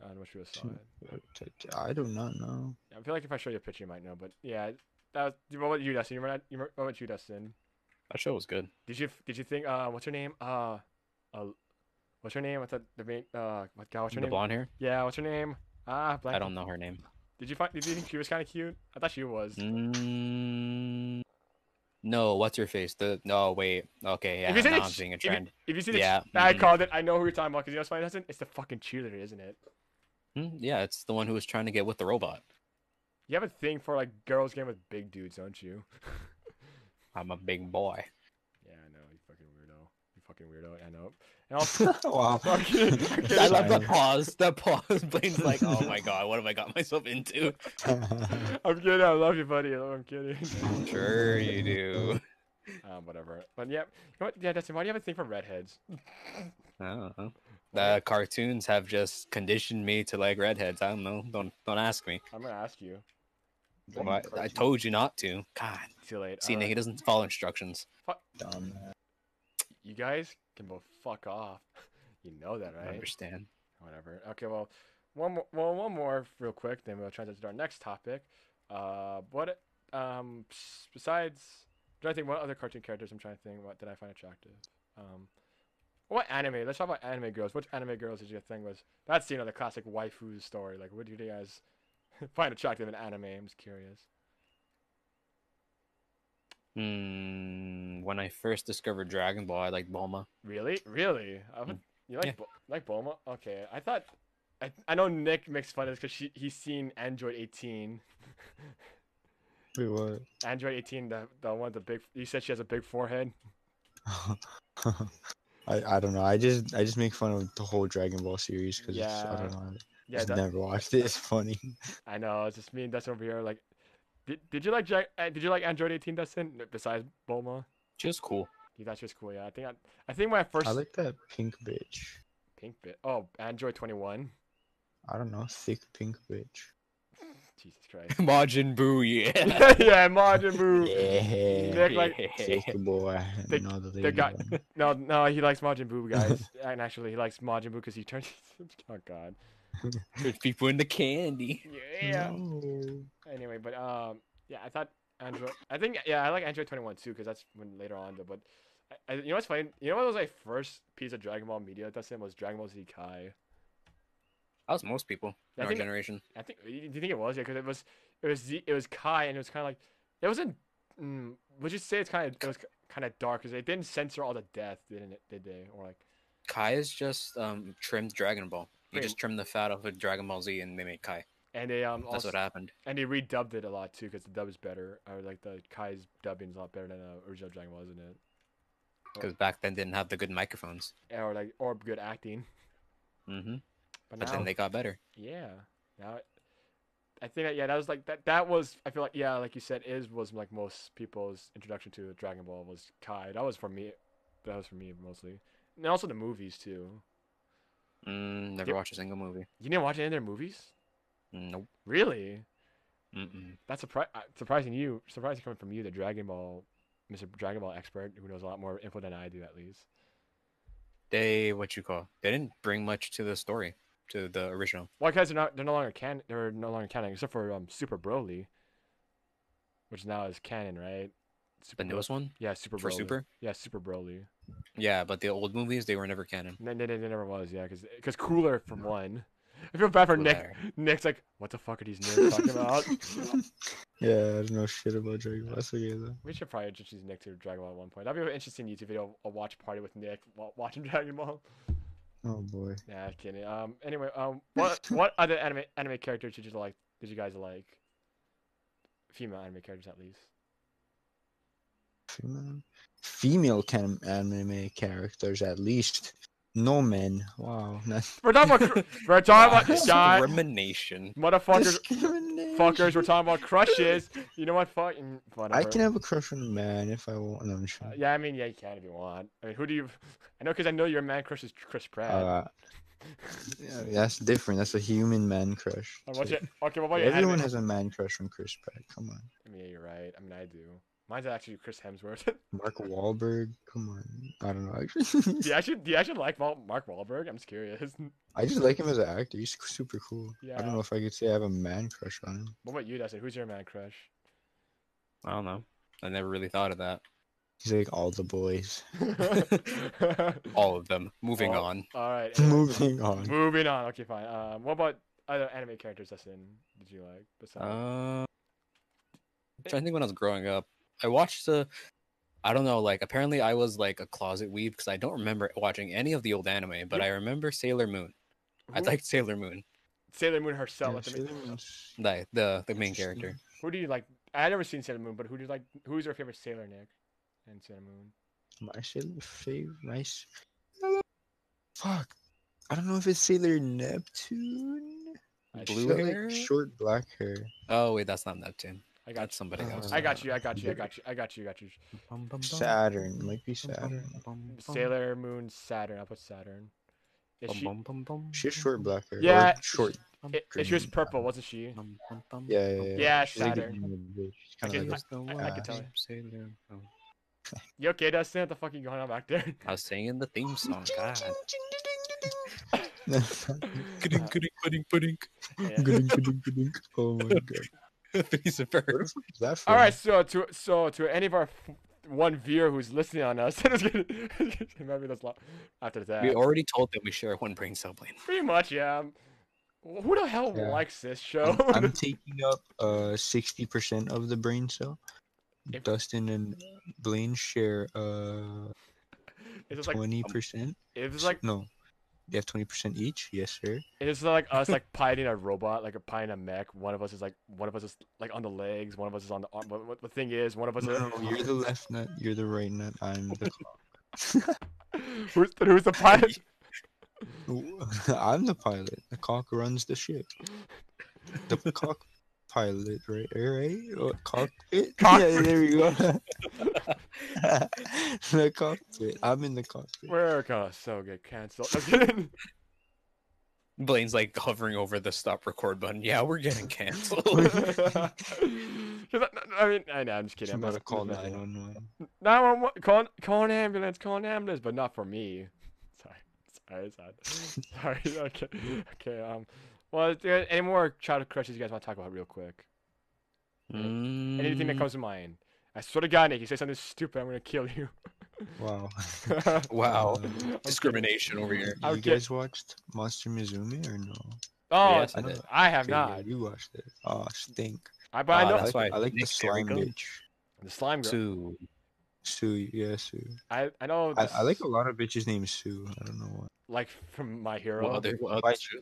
A: I don't know if you saw
C: Sym-
A: it.
C: t- t- I do not know.
A: I feel like if I show you a picture, you might know. But yeah, that was. What about you, Dustin? You remember? That, you remember what about you, Dustin?
B: That show was good.
A: Did you did you think? Uh, what's her name? Uh, uh what's her name? What's that? The main. Uh, what God? What's her
B: the
A: name?
B: blonde hair.
A: Yeah, what's her name? Ah, black.
B: I don't know her name.
A: Did you find? Did you think she was kind of cute? I thought she was.
B: Mm, no, what's your face? The no, wait. Okay, yeah.
A: you say
B: Now
A: it's-
B: I'm seeing a
A: you-
B: trend.
A: If you see the
B: Yeah,
A: I
B: mhm.
A: called it. I know who you're talking about because you know what's funny, Dustin? It's the fucking cheerleader, isn't it?
B: Hmm, yeah, it's the one who was trying to get with the robot.
A: You have a thing for like girls game with big dudes, don't you?
B: I'm a big boy.
A: yeah, I know. You fucking weirdo. You fucking weirdo. I know. And also,
C: wow.
A: Fucking- fucking-
B: I love the
C: Sorry.
B: pause. The pause. Blaine's like, oh my god, what have I got myself into?
A: I'm kidding. I love you, buddy. I'm kidding.
B: Sure you do.
A: um, whatever. But yeah, you know what? Yeah, Dustin, why do you have a thing for redheads?
B: Uh, I don't know. The cartoons have just conditioned me to like redheads. I don't know. Don't don't ask me.
A: I'm gonna ask you.
B: Well, I, I told you not to. God.
A: Too late.
B: See,
A: All
B: Nick, he
A: right.
B: doesn't follow instructions.
C: Dumb.
A: You guys can both fuck off. You know that,
B: I
A: right?
B: understand.
A: Whatever. Okay, well, one more, well, one more real quick, then we'll transition to our next topic. Uh, what um s- besides, do I think what other cartoon characters I'm trying to think what did I find attractive? Um, what anime? Let's talk about anime girls. Which anime girls did you think was that's you know the classic waifu story? Like, what do you guys find attractive in anime? I'm just curious.
B: Hmm. When I first discovered Dragon Ball, I liked Bulma.
A: Really, really? I would, you like
B: Yeah.
A: Bo- like Bulma? Okay, I thought. I, I know Nick makes fun of this because he's seen Android 18.
C: Wait, what?
A: Android 18, the the one with the big. You said she has a big forehead.
C: I, I don't know. I just I just make fun of the whole Dragon Ball series because I
A: Yeah.
C: don't know. I
A: Yeah,
C: just
A: that,
C: never watched it. It's funny.
A: I know. It's just me and Dustin over here. Like, did, did you like Jack, uh, did you like Android 18, Dustin? N- Besides Bulma,
B: She was cool.
A: you thought she was cool. Yeah, I think I, I think when I first
C: I like that pink bitch.
A: pink bit. Oh, Android 21.
C: I don't know, thick pink bitch.
A: Jesus Christ.
B: Majin Buu, yeah.
A: yeah, Majin Buu.
C: Yeah,
A: Nick like
C: thick boy.
A: They-
C: no, the
A: they
C: lady
A: got-
C: one.
A: no no he likes Majin Buu guys and actually he likes Majin Buu because he turns. oh God.
B: Put people in the candy.
A: Yeah.
C: No.
A: Anyway, but um, yeah, I thought Android. I think yeah, I like Android Twenty One too because that's when later on. But I, I, you know what's funny? You know what was my first piece of Dragon Ball media that sent was Dragon Ball Z Kai.
B: That was most people
A: I
B: in our
A: think-
B: generation.
A: I think. Do you think it was? Yeah, because it was. It was Z, It was Kai, and it was kind of like it wasn't. Mm, would you say it's kind of it was kind of dark because they didn't censor all the death, didn't it? Did they? Or like
B: Kai is just um trimmed Dragon Ball. He
A: Wait.
B: just trimmed the fat off of Dragon Ball Z and they made Kai.
A: and they um
B: That's
A: also
B: what happened.
A: and they redubbed it a lot too because the dub is better. Or like the Kai's dubbing is a lot better than the original Dragon Ball, isn't it?
B: because back then didn't have the good microphones.
A: or like or good acting.
B: hmm
A: But,
B: But
A: now,
B: then they got better.
A: yeah, now I think that, yeah, that was like that. That was I feel like yeah, like you said, is was like most people's introduction to Dragon Ball was Kai. That was for me. That was for me mostly, and also the movies too.
B: Mm, never
A: Yep.
B: watched a single movie.
A: You didn't watch any of their movies,
B: Nope.
A: really?
B: Mm-mm.
A: That's surpri- uh, surprising. You surprising coming from you, the Dragon Ball, Mr. Dragon Ball expert, who knows a lot more info than I do at least.
B: They what you call? They didn't bring much to the story, to the original.
A: Well, because they're not they're no longer can they're no longer canon except for um Super Broly, which now is canon, right? Super
B: The newest one
A: Bro- yeah, Super
B: for
A: Broly.
B: Super.
A: Yeah, Super Broly.
B: Yeah, but the old movies they were never canon.
A: No, no, no, no, never was. Yeah, because cooler for one. I feel bad for Nick.
B: Cooler.
A: Nick's like, what the fuck are these nerds talking about?
C: yeah, I don't know shit about Dragon Ball. That's okay though.
A: We should probably introduce Nick to Dragon Ball at one point. That'd be an interesting YouTube video, a watch party with Nick while watching Dragon Ball.
C: Oh boy.
A: Nah, kidding. Um, anyway, um, what what other anime anime characters did you like? Did you guys like? Female anime characters, at least.
C: Female, female can- anime characters at least. No men. Wow. That's
A: We're talking about, cr- we're talking
B: Wow,
A: about guy,
B: discrimination.
A: motherfuckers,
C: discrimination.
A: fuckers. We're talking about crushes. You know what? Fucking whatever.
C: I can have a crush on a man if I want. No, I'm just
A: Uh,
C: kidding.
A: yeah, I mean, yeah, you can if you want. I mean, who do you? I know because I know your man crush is Chris Pratt.
C: Uh, yeah, that's different. That's a human man crush.
A: And Oh, what's
C: It's like-
A: your, okay, what about your
C: Everyone
A: anime?
C: has a man crush on Chris Pratt. Come on.
A: I mean, yeah, you're right. I mean, I do. Mine's actually Chris Hemsworth.
C: Mark Wahlberg. Come on. I don't know. Actually,
A: do you actually do you actually like Mal- Mark Wahlberg? I'm just curious.
C: I just like him as an actor. He's super cool. I
A: Yeah.
C: don't know if I could say I have a man crush on him.
A: What about you, Dustin? Who's your man crush?
B: I don't know. I never really thought of that.
C: He's like all the boys.
A: All
B: All of them. Moving
A: All-
B: on.
A: right. anyway.
C: Moving on.
A: Moving on. Okay, fine. Um, what about other anime characters, Dustin? Did you like besides?
B: Uh, I'm trying to think when I was growing up, I watched the. I don't know. Like apparently, I was like a closet weeb because I don't remember watching any of the old anime, but
A: You-
B: I remember Sailor Moon. I
A: Who-
B: liked Sailor Moon,
A: Sailor Moon herself.
C: Yeah,
A: like the
C: Sailor
A: ma-
C: Moon's
B: like the the main
C: interesting.
B: character.
A: Who do you like? I never seen Sailor Moon, but who do you like? Who's your favorite Sailor Nick? And Sailor Moon.
C: My Sailor Fav, my. s- Fuck. I don't know if it's Sailor Neptune.
A: I
B: Blue
C: She's got,
B: hair?
C: Like short black hair.
B: Oh wait, that's not Neptune.
A: I got
B: That's somebody
C: Uh-huh.
B: else.
A: Uh, I got you. I got you. I got you. I got you. I got you.
B: Bum, bum, bum,
C: Saturn. Might be
B: bum,
C: Saturn.
B: bum, bum,
A: Sailor Moon Saturn. I'll put Saturn. Is
B: bum,
A: she?
B: bum, bum, bum,
C: She has
B: bum,
C: short
B: bum,
C: black hair. or
A: Yeah,
C: Short.
A: i- if she was
C: green.
A: purple, wasn't she?
B: bum, bum, bum,
C: Yeah, yeah,
B: bum.
C: yeah.
A: Yeah,
C: She's like a
A: Saturn.
C: demon bitch. She's kinda
A: Okay,
C: like a-
B: Just the
A: I
B: one
A: could tell
B: time
A: it.
B: Sailor Moon.
A: You okay, Dustin? What the fuck you going on back there?
B: I was singing the theme song. God.
A: Uh, yeah.
C: oh my god.
B: He's a bird.
C: Where the fuck is that from?
A: All right, so to so to any of our f- one viewer who's listening on us, it's gonna, it's gonna be this lo- after that.
B: We already told them we share one brain cell plane.
A: Pretty much, yeah. Who the hell
C: Yeah.
A: likes this show?
C: I'm, I'm taking up uh sixty percent of the brain cell.
A: If-
C: Dustin and Blaine share uh
A: It's just like
C: twenty percent.
A: it's like
C: no, they have twenty percent each. Yes, sir.
A: it's like us like piloting a robot, like a piloting a mech. One of us is like one of us is like on the legs, one of us is on the arm. But what the thing is, one of us.
C: No,
A: Is,
C: no, you're the left nut. You're the right nut. I'm the
A: who's the, who's the pilot?
C: I'm the pilot. The cock runs the ship. The cock pilot, right? Right? Oh, cockpit?
A: Cock-
C: Yeah, there we go. the cockpit. I'm in the cockpit.
A: We're gonna so get canceled. Just kidding.
B: Blaine's like hovering over the stop record button. Yeah, we're getting canceled.
A: 'Cause I, I mean, I know, I'm just kidding.
C: I'm
A: I'm
C: about to
A: not
C: call 911.
A: 911. Call, call an ambulance. Call an ambulance, but not for me. Sorry, sorry, sorry. sorry. Okay, okay. Um, well, is there any more childhood crushes you guys want to talk about real quick? Anything that
B: Mm,
A: comes to mind? I swear to God, Nick, you say something stupid, I'm gonna kill you.
C: Wow.
B: Mm, Wow.
C: Um,
A: I'm kidding.
B: Discrimination over here.
A: I
C: you
A: would get-
C: guys watched Monster Mizumi or no?
A: Oh,
B: Yes,
A: I,
B: I
C: did.
A: have
C: Okay, yeah,
A: not.
C: You watched it. Oh, stink.
A: I but I
B: Ah,
A: know
C: Uh, I
B: that's
C: like,
B: why
C: I like the
B: Nick's there we
C: slime
B: go.
C: bitch.
A: the slime girl.
B: Sue.
C: Sue, yeah, Sue.
A: I I know.
C: I,
A: this-
C: I like a lot of bitches named Sue. I don't know why.
A: like from my hero.
B: What other, what
C: Why-
B: other Sue?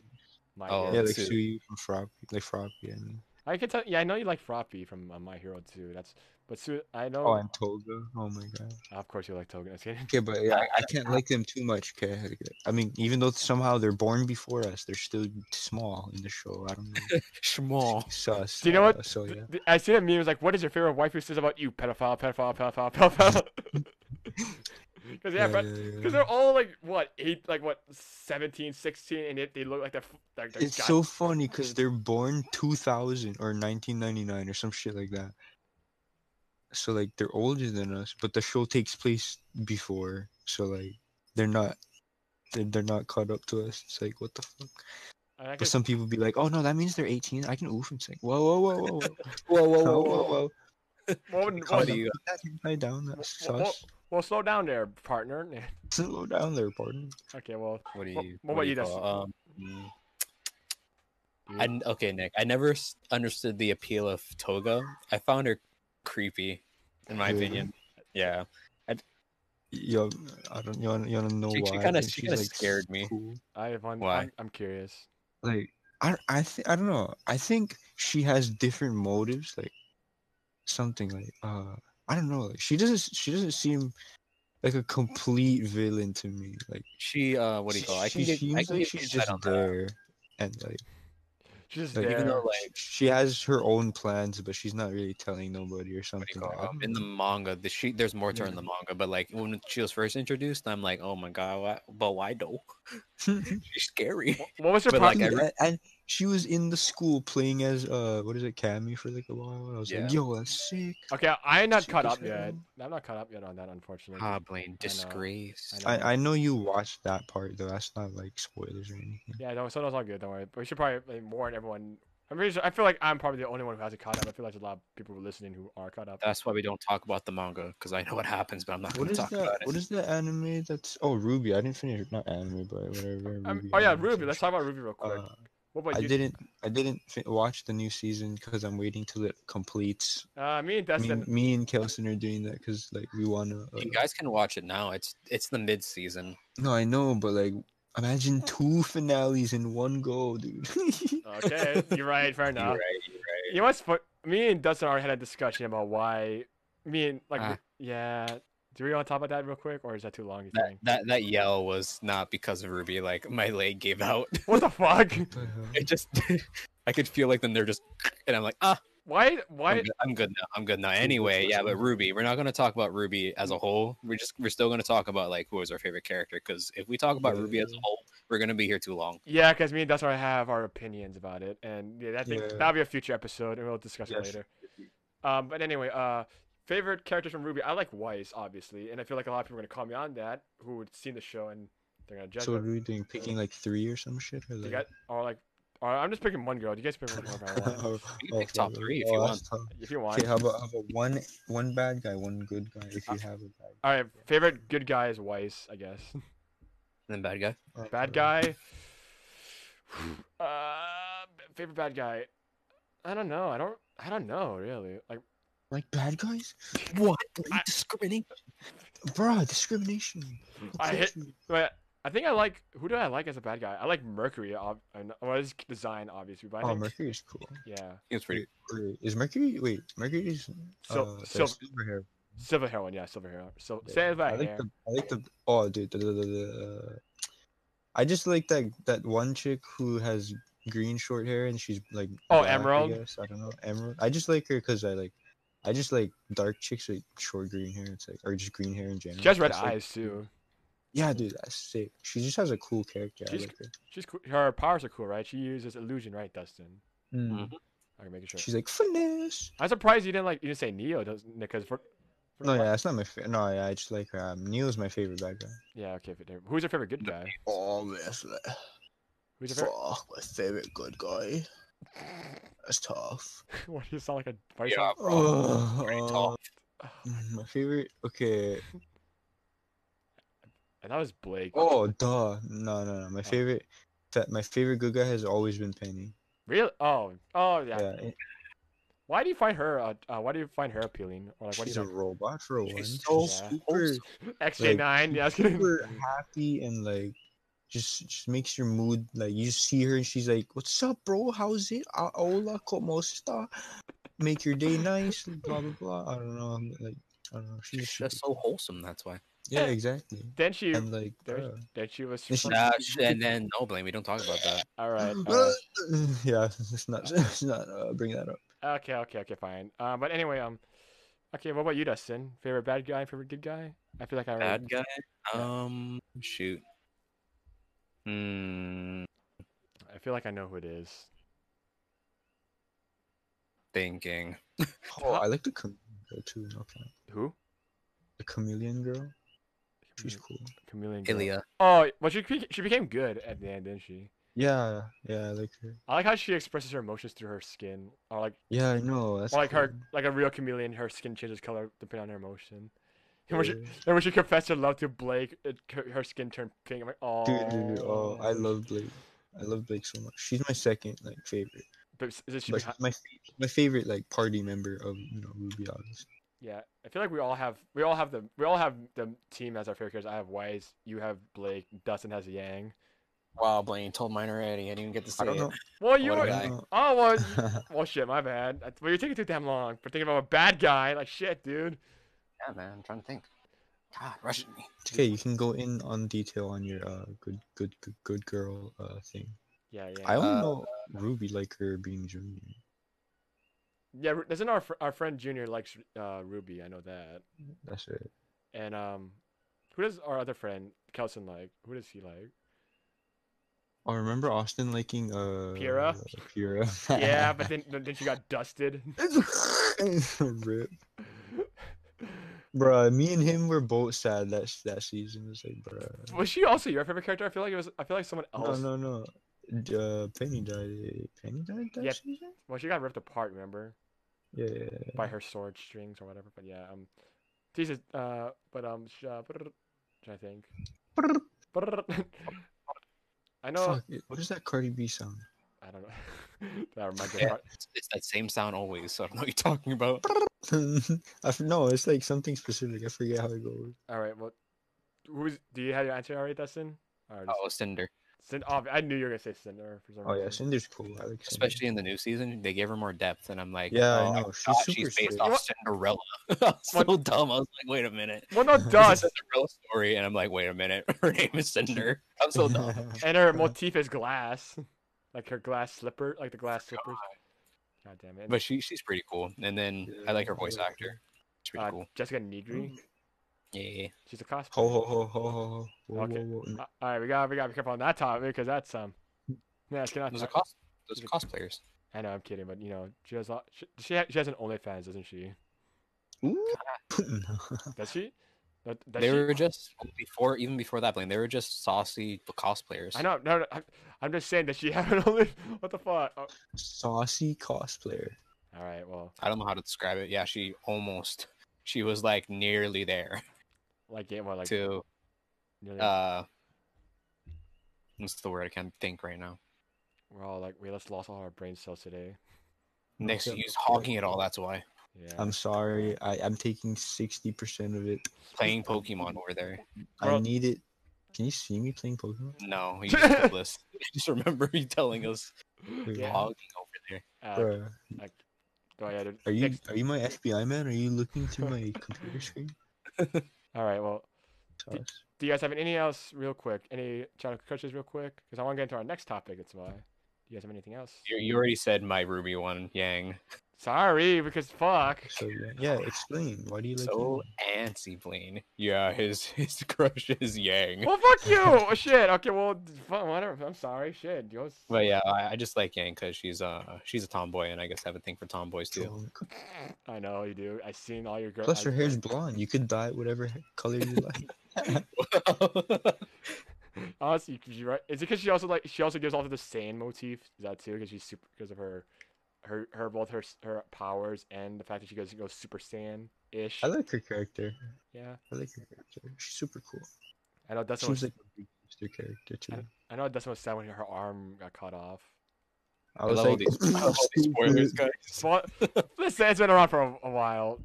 A: My
B: oh,
A: Hero.
C: yeah, like
B: Sue.
C: Sue from Frog, like Frog, yeah. I mean.
A: I can tell. Yeah, I know you like Froppy from uh, My Hero too. That's but Su- I know.
C: Oh, and Toga. Oh my god.
A: of course you like Toga. Just kidding.
C: Okay, but yeah, I, I can't like them too much. Okay, I mean, even though somehow they're born before us, they're still small in the show. I don't know.
B: Small.
C: Sus.
A: Do you know
C: uh,
A: what?
C: So
A: Th-
C: yeah,
A: th- I see that meme. It was like, "What is your favorite waifu?" Says about you, pedophile, pedophile, pedophile, pedophile. Because yeah, bro,
C: yeah,
A: Because they're all like what eight, like what 17, 16, and it, they look like they're f- like they're
C: It's
A: god-
C: so funny because they're born 2000 or 1999 or some shit like that. So like they're older than us, but the show takes place before, so like they're not they're, they're not caught up to us. It's like what the fuck.
A: and I
C: But
A: guess-
C: some people be like, "Oh no, that means they're 18." I can oof and say, "Whoa, whoa, whoa, whoa, whoa,
B: Whoa, whoa,
C: whoa, whoa, whoa."
A: well, n-
C: Calm
A: well,
B: do
C: down.
B: you-
C: Put that guy down. That's
A: Wha- wha-
C: sus.
A: well, slow down there, partner.
C: Slow down there, pardon.
A: okay, well,
B: What do
A: What-
B: you?
A: what
B: do
A: about you, Dustin?
B: call- Um, mm. I n- okay, Nick. I never s- understood the appeal of Toga. I found her creepy, in my
C: Really?
B: opinion. Yeah,
C: Yo, I don't. You wanna, you wanna know
B: She-
C: why?
B: she
C: I
B: kinda-
C: think
B: she
C: she's,
B: kinda scared me.
C: cool.
A: I have one.
B: Why?
A: I'm, I'm curious.
C: Like I, I think I don't know. I think she has different motives. Like something like uh, I don't know. Like she doesn't. She doesn't seem like a complete villain to me. Like
B: she. Uh, what do you
C: she-
B: call? it? I
C: she
B: can get.
C: seems
B: I can
C: like
B: get
C: she's
B: insight
C: just
B: on that.
C: there, and like,
A: She's
C: like,
A: there.
C: even though
B: Yeah.
C: like she has her own plans, but she's not really telling nobody or
B: What do you
C: something.
B: call it?
C: I
B: Um,
C: don't
B: In the
C: know.
B: manga, the she there's more to her in the manga, but like when she was first introduced, I'm like, oh my god, why, but why though? She's scary.
A: Wh- What was your
B: But,
A: part?
B: like, I
C: Dude,
B: re-
C: and- and she was in the school playing as uh what is it, Cammy for like a while. and I was like,
B: Yeah.
C: yo, that's sick.
A: okay, I'm not
C: She
A: caught
C: was
A: up yet.
C: young.
A: I'm not caught up yet on that, unfortunately.
B: Hobling disgrace.
A: I know.
C: I, I know you watched that part though. That's not like spoilers or anything.
A: yeah, no, so that's all good. Don't worry. But we should probably like, warn everyone. I'm pretty sure. I feel like I'm probably the only one who hasn't caught up. I feel like there's a lot of people listening who are caught up.
B: That's why we don't talk about the manga because I know what happens, but I'm not going
C: What
B: to talk
C: is that?
B: about it.
C: What is the anime that's? Oh, Ruby. I didn't finish. it. Not anime, but whatever.
A: Um,
C: Ruby,
A: oh yeah,
C: Island or
A: Ruby.
C: some
A: Let's
C: shit.
A: talk about Ruby real quick.
C: Uh,
A: what about
C: I
A: you?
C: didn't. I didn't fi- watch the new season because I'm waiting till it completes.
A: Uh, me and
C: me,
A: Destin.
C: me and Kelson are doing that because like we wanna. Uh,
B: You guys can watch it now. It's it's the mid season.
C: no, I know, but like, imagine two finales in one go, dude. Uh-huh.
A: Okay, you're right. Fair enough. You know what's fu- me and Dustin already had a discussion about why me and like
B: Ah.
A: yeah. Do we want to talk about that real quick, or is that too long? You
B: That,
A: think?
B: that that yell was not because of Ruby. Like my leg gave out.
A: What the fuck?
C: The hell?
B: It just I could feel like the nerve just, and I'm like ah,
A: Why?
B: I'm
A: Why?
B: good, I'm good now. I'm good now.
C: good
B: Anyway,
C: for
B: yeah, but
C: something.
B: Ruby, we're not gonna talk about Ruby as a whole. We're just we're still gonna talk about like who is our favorite character because if we talk about Ruby as a
C: Yeah.
B: whole, we're gonna be here too long.
A: Yeah, because me and Dustin already have our opinions about it, and yeah, that thing,
C: Yeah.
A: that'll be a future episode, and we'll discuss it
C: Yes.
A: later. Um, but anyway, uh, favorite characters from Ruby. I like Weiss, obviously, and I feel like a lot of people are gonna call me on that who would seen the show and they're gonna judge.
C: So what
A: me.
C: are we doing? Picking like three or some shit? Or,
A: you
C: like...
A: got or like, or I'm just picking one girl. You guys pick whoever I want.
C: Oh,
B: You
C: oh,
B: can pick top
C: fuck.
B: three if
C: Oh,
B: you want.
C: that's tough.
A: if you want.
C: Okay, how about how about one one bad guy, one good guy? If
A: Uh,
C: you have a bad.
A: All right, favorite good guy is Weiss, I guess.
B: And then bad guy.
C: guy.
A: Bad guy. Uh, favorite bad guy. I don't know. I don't. I don't know really. Like,
C: Like bad guys,
B: What?
A: I-
B: discriminate?
C: Bruh, Discrimination.
A: I hit-
C: Oppression.
A: but I think I like. Who do I like as a bad guy? I like Mercury. Ob- I know- well, his design obviously, but I
C: Oh,
A: think,
C: Mercury is cool.
A: yeah,
B: It's pretty.
C: Wait, is Mercury? Wait, Mercury is
A: Sil-
C: uh, the
A: sil-
C: silver hair.
A: silver heroine. Yeah, silver heroine. So
C: guy.
A: silver
C: I
A: hair.
C: like the. I like the. Oh, dude. The, the, the, the, uh, I just like that that one chick who has green short hair and she's like.
A: Oh,
C: black, I
A: Emerald?
C: guess. I don't know emerald. I just like her because I like. I just like dark chicks with short green hair. It's like or just green hair in general.
A: She has red
C: That's, like,
A: eyes too.
C: Yeah, dude, that's sick. She just has a cool character. I
A: She's-
C: like her.
A: She's cool. her powers are cool, right? She uses illusion, right, Dustin?
B: Mm.
A: I'm making sure.
C: She's like finesse.
A: I'm surprised you didn't like. You didn't say Neo, doesn't? Because for, for
C: No, Oh, yeah, that's not my favorite. No, yeah, I just like her. Um, Neil's my favorite bad guy.
A: yeah. Okay, but there- who's your favorite good guy?
C: Oh, that's
A: Who's your favorite?
C: my favorite good guy. That's tough.
A: what do you sound like a? why do you sound-
B: Yeah, bro. Pretty tough.
C: Mm, my favorite. Okay.
A: And that was Blake.
C: Oh, duh. No, no, no.
A: Oh.
C: My favorite. That my favorite good guy has always been Penny.
A: Really? Oh, oh yeah.
C: Yeah, it-
A: Why do you find her? Uh, uh, why do you find her appealing? Or like, what do
C: she's
A: you
C: a robot for one.
B: She's
A: so
C: super,
A: like? XJ9. Yeah, I was kidding.
C: super happy and like just just makes your mood like you see her and she's like, "What's up, bro? How's it? Ah, Hola, como está? Make your day nice." Blah blah blah. I don't know. I'm, Like I don't know. She's
B: She's just so wholesome. That's why.
C: yeah, exactly.
A: Then she
C: And like,
A: there-
C: bruh.
A: then she was
C: Then she-
A: from-
B: Nah, sh- and then no blame. We don't talk about that.
A: all right. all right.
C: yeah, let's not let's not uh, bring that up.
A: Okay, okay, okay, fine. Um, but anyway, um, okay, what about you, Dustin? Favorite bad guy, favorite good guy? I feel like I already.
B: Bad guy. Um, shoot. Hmm.
A: I feel like I know who it is.
B: Thinking.
C: Oh, I like the chameleon girl too. Okay,
A: Who?
C: the chameleon girl. She's
A: Chame-
C: cool.
A: Chameleon. Girl.
B: Ilya.
A: Oh, well, she bec- she became good at the end, didn't she?
C: Yeah, yeah, I like her.
A: I like how she expresses her emotions through her skin, or like,
C: Yeah, I know. That's
A: or like her,
C: cool.
A: like a real chameleon. Her skin changes color depending on her emotion. And when, she,
C: Yeah.
A: and when she confessed her love to Blake, it, her, her skin turned pink. I'm like, oh,
C: Dude, dude, dude, oh, I love Blake. I love Blake so much. She's my second like favorite,
A: But is it she
C: but
A: behi-
C: she's my fa- my favorite like party member of you know Ruby Islands.
A: Yeah, I feel like we all have we all have the we all have the team as our favorite characters. I have Wise, you have Blake, Dustin has Yang.
B: Wow, Blaine told mine already. I didn't even get to say
C: I don't
B: it.
C: know.
A: Well, you
B: What
A: were,
B: a guy.
A: oh well, you- well shit, my bad. I- Well, you're taking too damn long for thinking about a bad guy. Like shit, dude.
B: Yeah, man. I'm trying to think. God, rushing me.
C: It's okay, you can go in on detail on your uh good good good, good girl uh thing.
A: Yeah, yeah.
C: I only
B: Uh,
C: know Ruby like her being junior.
A: Yeah, Ru- doesn't our fr- our friend Junior likes uh, Ruby? I know that.
C: That's it.
A: And um, who does our other friend Kelson like? Who does he like?
C: Oh, remember Austin liking uh
A: Pyrrha?
C: Pyrrha.
A: Yeah, but then then she got dusted.
C: Rip. Bruh, me and him were both sad that that season. It's like, bruh.
A: Was she also your favorite character? I feel like it was. I feel like someone
B: Oh,
C: No,
A: else.
C: no, no. D- Uh, Penny died. Penny died that
A: Yeah.
C: season.
A: Well, she got ripped apart. Remember?
C: Yeah, yeah, yeah.
A: by her sword strings or whatever. But yeah, um, these is uh, but um, sh- uh, brrr, I think.
C: Brrr.
A: Brrr. I know.
C: Fuck, it- what is that Cardi B sound?
A: I don't know. that reminds me.
B: Yeah.
A: Of, Car-
B: It's, it's that same sound always. So I don't know what you're talking about.
C: I f- no, it's like something specific. I forget how it goes.
A: all right, well, who's? Do you have your answer already, Dustin? Or just,
B: Oh, Cinder.
A: Sin- oh, I knew you were gonna say Cinder for some
C: Oh yeah,
A: reason.
C: Cinder's cool. I like Cinder.
B: Especially in the new season, they gave her more depth, and I'm like,
C: Yeah, I
B: oh,
C: know, she's
B: forgot
C: super
B: she's based
C: straight.
B: off Cinderella. I was so
A: What-
B: dumb. I was like, wait a minute.
A: Well, not
B: It's
A: dust.
B: a Cinderella story, and I'm like, wait a minute. Her name is Cinder. I'm so dumb.
A: and her motif is glass, like her glass slipper, like the glass slippers. God damn it.
B: But she she's pretty cool. And then I like her voice actor. She's pretty
A: uh,
B: cool.
A: Jessica Nigri,
B: Yeah, yeah.
A: she's a cosplayer.
C: Mm. Ho ho ho ho ho ho. Whoa,
A: Okay.
C: whoa, whoa.
A: Uh, all right, we got we got to be careful on that topic because that's um, yeah, it's gonna.
B: Those are cos. Those
A: Is
B: are
A: it-
B: cosplayers.
A: I know I'm kidding, but you know she has a lot- she she, ha- she has an OnlyFans, doesn't she?
C: Ooh.
A: Does she? No, does
B: They
A: she?
B: were just before, even before that, Blaine. They were just saucy cosplayers.
A: I know. No, no I, I'm just saying. Does she have an Only? What the fuck? Oh.
C: Saucy cosplayer.
A: All right. Well,
B: I don't know how to describe it. Yeah, she almost. She was like nearly there
A: like yeah, well, like
B: to
A: nearly-
B: uh. What's the word? I can't think right now.
A: we're all like we just lost all our brain cells today.
B: Next,
C: Okay.
B: he's hawking it all. That's why
A: Yeah.
C: I'm sorry. I, I'm taking 60% of it.
B: playing Pokemon over there.
C: I
A: Bro-
C: need it. Can you see me playing Pokemon?
B: No, he just told us. I just remember you telling us
A: yeah.
B: hogging over there.
A: uh,
C: Bruh,
A: like, go ahead. and-
C: are you
A: next-
C: are you my FBI man? Are you looking through my computer screen?
A: All right. Well,
C: Toss.
A: do you guys have any else real quick? Any channel coaches real quick? Because I want to get into our next topic. That's why. Do you guys have anything else?
B: You, you already said my Ruby one, Yang.
A: Sorry, because fuck.
C: So yeah, yeah, explain. Why do you like?
B: So antsy, Blaine. Yeah, his his crush is Yang.
A: Well, fuck you. Oh, shit. Okay. Well, d- fu- whatever. I'm sorry. Shit. Yo, s-
B: But yeah, I, I just like Yang because she's uh she's a tomboy, and I guess I have a thing for tomboys
C: Him?
B: too.
C: drunk?
A: I know you do. I seen all your girls.
C: Plus, her hair's blonde. You could dye it whatever he- color you like.
A: Honestly, you- you're right. Is it because she also like she also gives off the sand motif? Is that too? Because she's super because of her, her her both her s- her powers and the fact that she goes goes super saiyan ish.
C: I like her character.
A: yeah.
C: I like her character. She's super cool.
A: I know Dustin.
C: Seems
A: Was,
C: like a big sister character too.
A: I know Dustin was sad when her arm got cut off.
C: I
B: I
C: was
B: love all
C: like,
B: these, I love all these spoilers, guys.
A: Spo- Listen, it's been around for a, a while.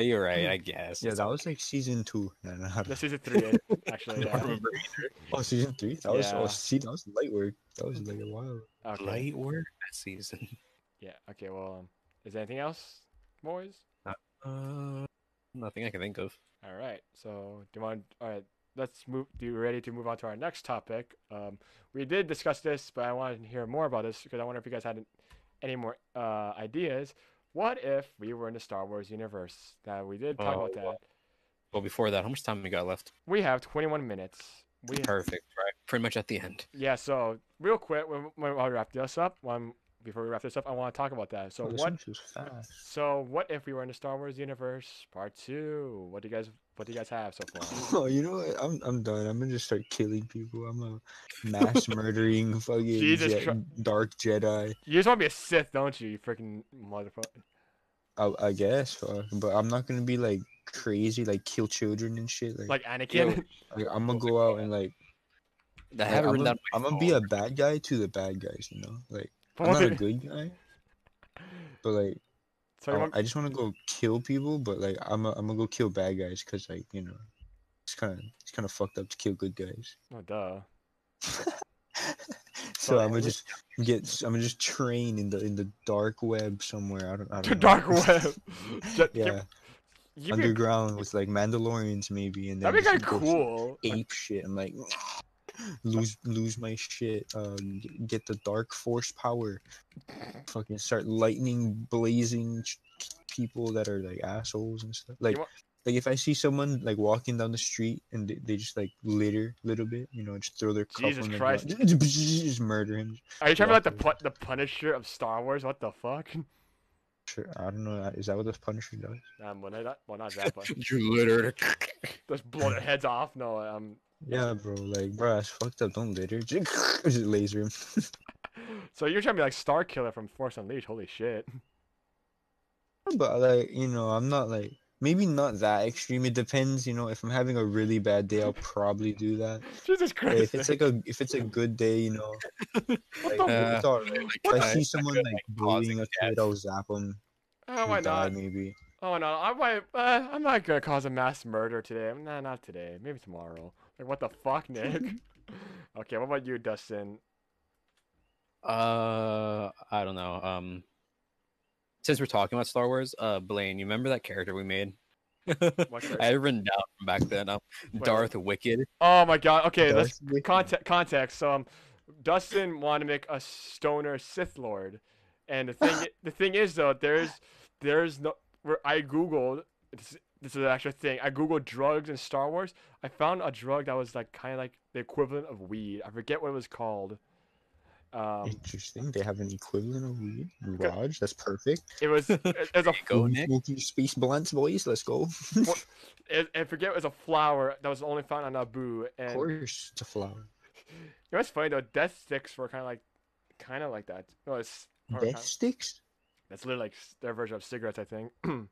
B: You're right, I guess.
C: Yeah, that was like season two. No, no, no.
A: This is a three, actually.
B: I
A: Yeah.
B: remember
C: Oh, season three. That was
A: Yeah.
C: oh, see, that was light work. That was like a while.
A: Okay.
B: light work that season.
A: Yeah. Okay. Well, um, is there anything else, boys?
B: Uh, nothing I can think of.
A: All right. So, do you want? All right. Let's move. Do you ready to move on to our next topic? Um, we did discuss this, but I wanted to hear more about this because I wonder if you guys had any more uh, ideas. What if we were in the Star Wars universe? Now we did talk
B: Oh,
A: about
B: wow.
A: that.
B: Well, before that, how much time we got left?
A: We have 21 minutes. We
B: Perfect, right? Pretty much at the end.
A: yeah. So real quick, when, when I wrap this up, one before we wrap this up, I want to talk about that. So
C: Oh, this
A: what?
C: one was fast.
A: So what if we were in the Star Wars universe? Part two. What do you guys? What do you guys have so far?
C: Oh, you know what? I'm I'm done. I'm gonna just start killing people. I'm a mass murdering fucking
A: Jesus
C: Je-
A: Christ.
C: dark Jedi.
A: You just want to be a Sith, don't you? You freaking motherfucker.
C: I, I guess, fuck. But I'm not gonna be like crazy, like kill children and shit. Like,
A: Like Anakin.
C: like, I'm gonna go out and like,
B: I
C: like,
B: have it
C: I'm,
B: written down.
C: gonna, I'm gonna be a bad guy to the bad guys. You know, like I'm not a good guy, but like
A: so you
C: I,
A: want,
C: I just want to go kill people. But like I'm a, I'm gonna go kill bad guys because like you know, it's kind of it's kind of fucked up to kill good guys.
A: oh, duh.
C: So
A: Sorry.
C: I'm gonna just get. I'm gonna just train in the in the dark web somewhere. I don't. I
A: The
C: don't know.
A: dark web. Ju-
C: yeah,
A: you- you be-
C: underground with like Mandalorians maybe, and then
A: that'd be kind
C: just
A: of
C: go
A: cool. Like,
C: Ape shit. I'm like, lose lose my shit. Uh, g- get the dark force power. Fucking start lightning blazing ch- people that are like assholes and stuff. Like.
A: want-
C: Like if I see someone like walking down the street and they, they just like litter a little bit, you know, just throw their cup
A: Jesus
C: on the
A: Christ.
C: ground, just murder him,
A: are you trying to be like the
C: walking.
A: pu- the Punisher of Star Wars? What the fuck?
C: Sure, I don't know. Is that what this Punisher does?
A: Um, well, not, well, not that, but
B: You littered.
A: just blow their heads off. No, um,
C: Yeah, bro. Like, bro, that's fucked up. Don't litter. Just laser him.
A: So you're trying to be like Star Killer from Force Unleashed? Holy shit!
C: but like, you know, I'm not like maybe not that extreme. It depends. You know, if I'm having a really bad day, I'll probably do that.
A: Jesus
C: But
A: Christ!
C: if it's like a if it's a good day, you know, like,
A: the-
C: it's alright. If I see someone
B: good,
C: like
B: like, causing
C: bullying a kid, I'll zap him.
A: oh my
C: die,
A: god!
C: maybe.
A: Oh no! I might. Uh, I'm not gonna cause a mass murder today. Nah, not today. Maybe tomorrow. Like what the fuck, Nick? okay, what about you, Dustin?
B: Uh, I don't know. Um, since we're talking about Star Wars, uh, Blaine, you remember that character we made?
A: What
B: I had it written down from back then. Um,
A: Wait,
B: Darth Wicked.
A: Oh my god! Okay, let's
C: Darth Wicked.
A: context context. So um, Dustin wanted to make a stoner Sith Lord, and the thing the thing is though there's there's no where I googled this, this is an actual thing. I googled drugs in Star Wars. I found a drug that was like kind of like the equivalent of weed. I forget what it was called. Um,
C: Interesting. They have an equivalent of weed.
A: Okay.
C: Raj, that's perfect.
A: it was it, it was a
B: Go,
C: Ooh,
B: Nick.
C: smoky space blunts, boys. Let's go.
A: it, I forget it was a flower that was only found on Naboo.
C: Of
A: And
C: course, it's a flower.
A: it was funny though. Death sticks were kind of like kind of like that. No, it's or
C: Death
A: kind-
C: sticks?
A: That's literally like s- their version of cigarettes, I think.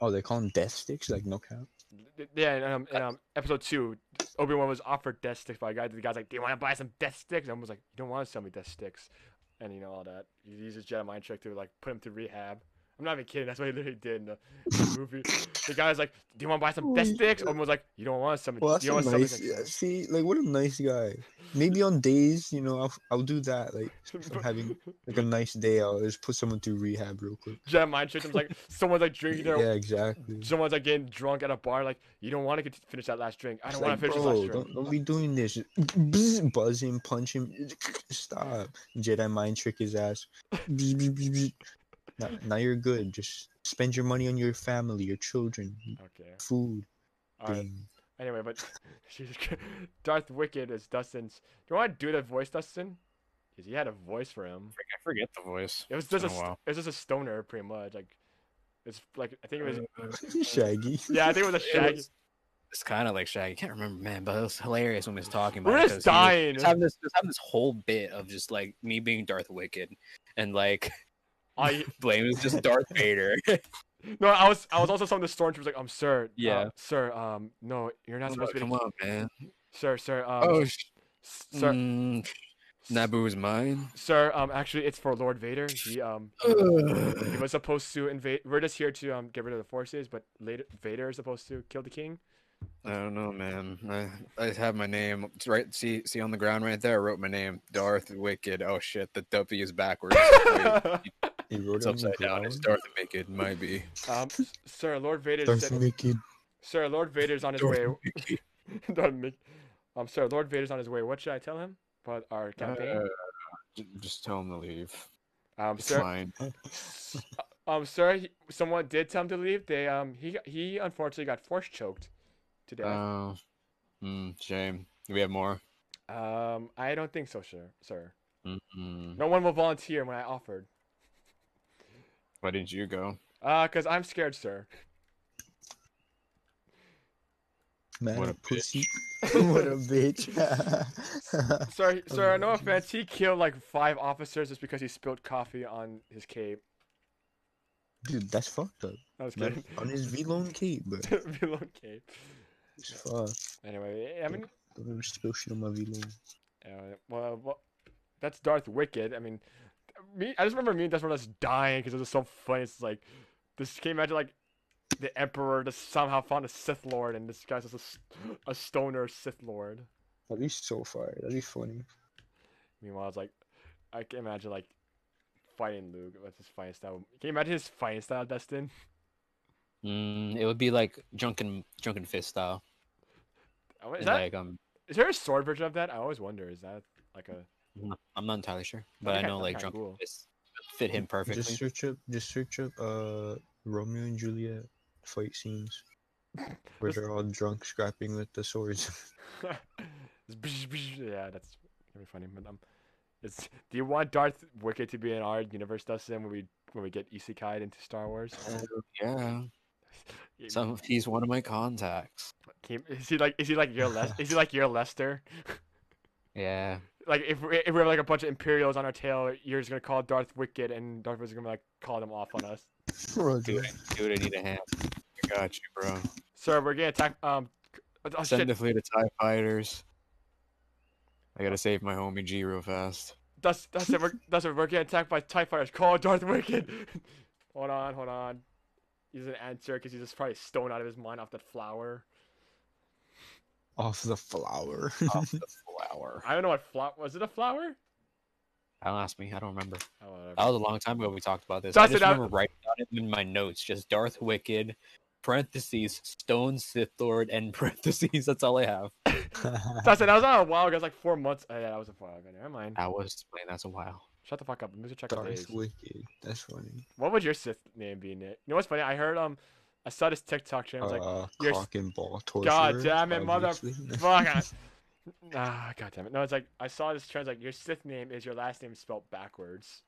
C: Oh, they call them death sticks, like no count.
A: Th- yeah, and, um, and um, episode two, Obi Wan was offered death sticks by a guy. The guy's like, "Do you want to buy some death sticks?" And Obi was like, "You don't want to sell me death sticks," and you know all that. He uses Jedi mind trick to like put him to rehab. I'm not even kidding. That's what he literally did in the, the movie. The guy was like, "Do you want to buy some death
C: Holy
A: sticks?"
C: shit.
A: Obi was like, "You don't want to sell me.
C: Well, that's
A: you don't
C: a
A: want
C: nice.
A: to sell me
C: yeah,
A: death
C: see, like what a nice guy. Maybe on days, you know, I'll I'll do that. Like
A: sticks."
C: if I'm having like a nice day, I'll just put someone through rehab real quick.
A: Jedi mind trick. him, like someone's like drinking their.
C: Yeah, exactly.
A: Someone's like getting drunk at a bar, like you don't want to get finish that last drink. I
C: It's
A: don't want
C: like,
A: to finish this
C: bro,
A: last drink.
C: don't, don't be doing this. Bzz, Buzz him, punch him. Stop. Jedi mind trick his ass. Bzz, bzz, bzz, bzz. Now, now you're good. Just spend your money on your family, your children,
A: Okay,
C: food.
A: all right.
C: being-
A: Anyway, but Jesus Christ. Darth Wicked is Dustin's. Do you want to do that voice, Dustin? Because he had a voice for him.
B: I forget the voice.
A: It was just a,
B: been a
A: st-
B: while.
A: it was just a stoner, pretty much. Like, it's like I think it was.
C: Shaggy.
A: Yeah, I think it was a shaggy.
B: was- It's kind of like Shaggy. I can't remember, man, but it was hilarious when we was talking about
A: We're
B: it.
A: just
B: 'cause he was-
A: dying.
B: he was having this, he was having this whole bit of just like me being Darth Wicked, and like
A: I
B: Blaine was just Darth Vader.
A: no, I was I was also some of the stormtroopers like, um, sir,
B: Yeah.
A: um, sir, um, no, you're not
B: Come
A: supposed to be,
C: Oh,
B: on, man.
A: Um, sir, sir, um,
B: Oh, sh-
A: sir,
B: Oh, mm, Naboo is mine.
A: Sir, um, actually, it's for Lord Vader. He um, he was supposed to invade. We're just here to um, get rid of the forces, but later Vader is supposed to kill the king.
B: I don't know, man. I, I have my name It's right. See, see on the ground right there. I wrote my name, Darth Wicked. Oh shit, the W is backwards. Wait,
C: He wrote
B: it's
C: it on the
B: upside down. It's
C: ground.
B: Darth Wicked. Might be.
A: um, s- sir, Lord Vader.
C: Darth
A: said-
C: Mickey.
A: sir, Lord Vader's on his
B: Darth
A: way.
B: Wicked.
A: Don't make- um, sir, Lord Vader's on his way. What should I tell him about our campaign?
B: Uh, j- just tell him to leave.
A: um,
B: uh, It's
A: sir,
B: fine.
A: um, sir, he, someone did tell him to leave. They um, he got- he unfortunately got force choked today.
B: Oh, mm, shame. Do we have more?
A: um, I don't think so, sir. Sir,
B: Mm-mm.
A: no one will volunteer when I offered.
B: Why didn't you go?
A: Uh, cause I'm scared, sir.
C: Man,
B: What
C: what
B: a
C: a pussy. what a bitch.
A: Sir,
C: Oh,
A: sir, no
C: Lord
A: offense. He killed like five officers just because he spilled coffee on his cape.
C: Dude, that's fucked up.
A: I was
C: Man,
A: kidding.
C: on his V-Lone cape, bro.
A: Below cape.
C: It's fuck.
A: Anyway, I mean,
C: I'm gonna spill shit on my V-Lone.
A: uh, well, well, that's Darth Wicked. I mean, me. I just remember me and Desmond just dying because it was so funny. It's like this. Can you imagine like the Emperor just somehow found a Sith Lord and this guy's just a s- a, stoner Sith Lord.
C: At least so far. That'd be funny.
A: Meanwhile, it's like I can imagine like fighting Luke. That's his fighting style. Can you imagine his fighting style, Destin?
B: Mm, it would be like drunken, drunken fist style.
A: I wa- Is
B: And,
A: that,
B: like um,
A: Is there a sword version of that? I always wonder. Is that like a
B: I'm not entirely sure, but I
A: kinda-
B: know
A: that'd be
B: like
A: kinda
B: drunken
A: cool.
B: fist fit him perfectly.
C: Just search up, just search up, uh, Romeo and Juliet fight scenes where
A: This-
C: they're all drunk scrapping with the swords.
A: It's bzz, bzz. yeah, that's gonna be funny. But um, it's do you want Darth Wicked to be in our universe, Dustin? When we when we get isekai'd into Star Wars,
B: Yeah,
A: Yeah,
B: some he's one of my contacts.
A: can- is he like is he like your Les- is he like your Lester?
B: Yeah,
A: Like if we, if we have like a bunch of Imperials on our tail, you're just gonna call Darth Wicked, and Darth Wicked's gonna like call them off on us.
C: Bro,
B: do
C: dude,
B: it, do it. I need a hand. I got you, bro.
A: Sir, we're getting attacked. Um, oh
B: Send
A: shit,
B: the fleet of Tie Fighters. I gotta save my homie G real fast.
A: That's that's it. We're, that's it. We're getting attacked by Tie Fighters. Call Darth Wicked. hold on, hold on. He doesn't answer because he's just probably stoned out of his mind off that flower.
C: off the flower.
B: Off the flower.
A: I don't know what flower was. It a flower?
B: Don't ask me. I don't remember.
A: Oh, whatever.
B: That was a long time ago we talked about this.
A: That's
B: I just
A: it, that-
B: remember writing down it in my notes, just Darth Wicked, parentheses, Stone Sith Lord, and parentheses. That's all I have.
A: That's it. That was not a while ago. It was like four months. Oh, yeah, that was a while ago. Never mind.
B: That was man, that's a while.
A: Shut the fuck up. Let me just check out days.
C: Darth Wicked. That's funny.
A: What would your Sith name be, Nick? You know what's funny? I heard um, I saw this TikTok channel. I was like,
C: uh,
A: you're s-
C: cock and ball torturer.
A: God damn it, mother-
C: obviously.
A: fuck. I... Ah, god damn it. No, it's like I saw this trend. Like your Sith name is your last name spelled backwards.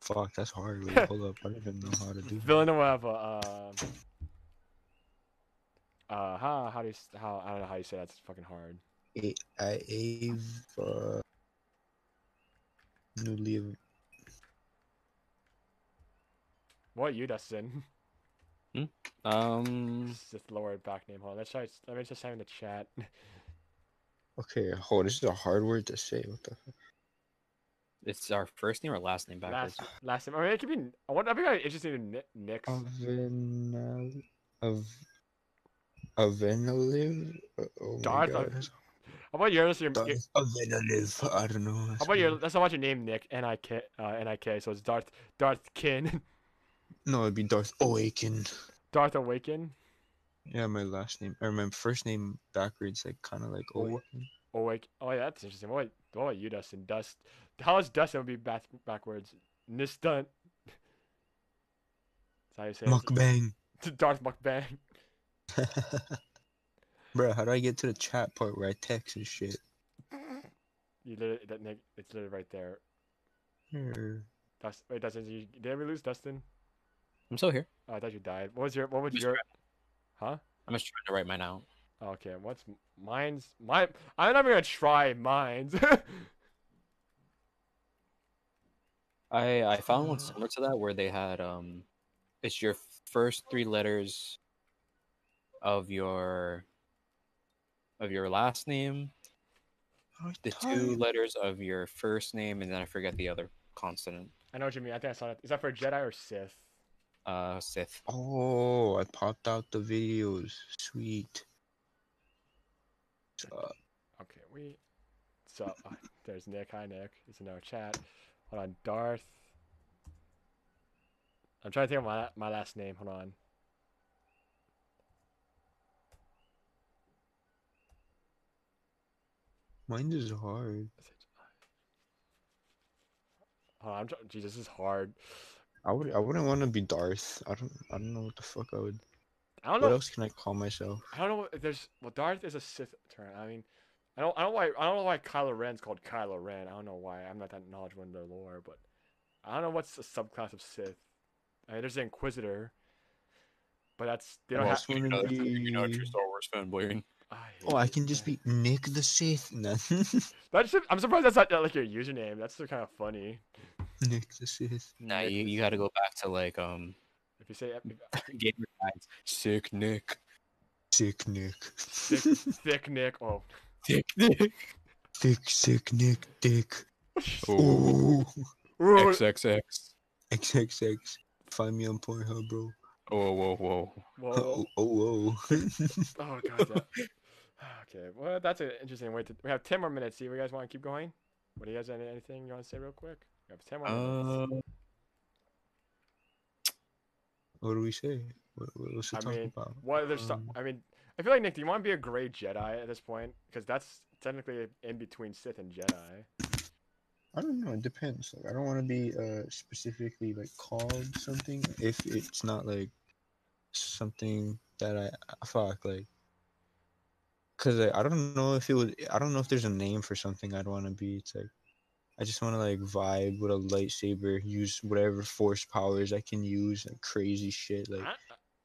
C: Fuck, that's hard. Wait, hold up. I don't even know how to do that.
A: Villanueva. Uh, uh, how how do you s- how I don't know how you say that's fucking hard.
C: A- I Ave, uh, newly av-
A: What you Dustin?
B: Um
A: Sith Lord back name. Hold on, let's try. Let me just have in the chat.
C: Okay, hold. This is a hard word to say. What the? Fuck?
B: it's our first name or last name backwards.
A: last last name. I mean, it could be. I wonder. I'd be kind of interested in Ni- Nick's.
C: Um, Avenal of Avenalive. Oh my
A: Darth
C: God.
A: of- How about yours? Your, your,
C: Darth Avenalive. I don't know.
A: how about your? That's how much your name, Nick. N I K. Uh, N I K. So it's Darth Darth Kin.
C: No, it'd be Darth Awaken.
A: Darth Awaken.
C: Yeah, my last name or my first name backwards, like kind of like
A: Oh, wha-
C: Awaken.
A: Awake. Oh yeah, that's interesting. What about, what about you, Dustin? Dust. How is Dustin would be back backwards? Nistan. That's how you say it.
C: Mukbang.
A: to Darth Mukbang.
C: Bro, how do I get to the chat part where I text and shit?
A: You literally, that Nick, it's literally right there.
C: Er,
A: Dust, wait, Dustin, you, did we lose Dustin?
B: I'm still here.
A: Oh, I thought you died. What was your, what was
B: Who's
A: your, huh?
B: I'm just trying to write mine out.
A: Oh, okay, what's m- mine's? My, I'm not even gonna try mine's.
B: I I found one similar to that where they had um it's your first three letters of your of your last name the two letters of your first name, and then I forget the other consonant.
A: I know what you mean. I think I saw that. Is that for Jedi or Sith?
B: Uh, Sith.
C: Oh, I popped out the videos. Sweet. Uh,
A: Okay, we. So uh, there's Nick. Hi, Nick. It's in our chat. Hold on, Darth. I'm trying to think of my my last name. Hold on.
C: mine is hard.
A: Is it- Hold on. I'm try- Jesus, this is hard.
C: I would. I wouldn't want to be Darth. I don't. I don't know what the fuck I would.
A: I don't
C: What
A: know.
C: else can I call myself?
A: I don't know. if There's well, Darth is a Sith turn. I mean, I don't. I don't why. I don't know why Kylo Ren's called Kylo Ren. I don't know why. I'm not that knowledgeable in the lore, but I don't know what's a subclass of Sith. I mean, there's the Inquisitor, but that's they don't
C: Well,
A: have.
C: Sith You're not- you're not a true
B: Star Wars fanboy.
A: I
C: Oh, I
A: hate
C: can just
A: that.
C: be Nick the Sith. No.
A: That's. just- I'm surprised that's not uh, like your username. That's kind of funny.
C: Nick the Sith.
B: Nah,
A: Nick
B: you,
A: the
B: you got to go back to like um
A: If you say ep-
B: gamer guides. Sick Nick.
C: Sick Nick.
A: thick, thick Nick, oh,
B: Sick Nick.
C: Thick, sick Nick Dick.
B: Oh,
C: Ooh.
A: Ooh,
B: XXX.
C: XXX. Find me on Pornhub, bro.
B: Oh, whoa, whoa.
A: whoa.
C: Oh, oh, oh.
A: Oh god. That... okay. Well, that's an interesting way to. We have ten more minutes. See, if you guys want to keep going? What do you guys any- anything you want to say real quick? We have ten more minutes.
B: Uh,
C: what do we say? What, what- what's
A: I
C: it talking
A: mean,
C: about?
A: What other stuff?
C: um,
A: I mean, I feel like Nick, do you want to be a gray Jedi at this point? Because that's technically in between Sith and Jedi.
C: I don't know. It depends. Like, I don't want to be uh specifically like called something if it's not like something that I I fuck like. Cause like, I don't know if it would. I don't know if there's a name for something I'd want to be. It's like I just want to like vibe with a lightsaber, use whatever force powers I can use, like crazy shit. Like
A: I,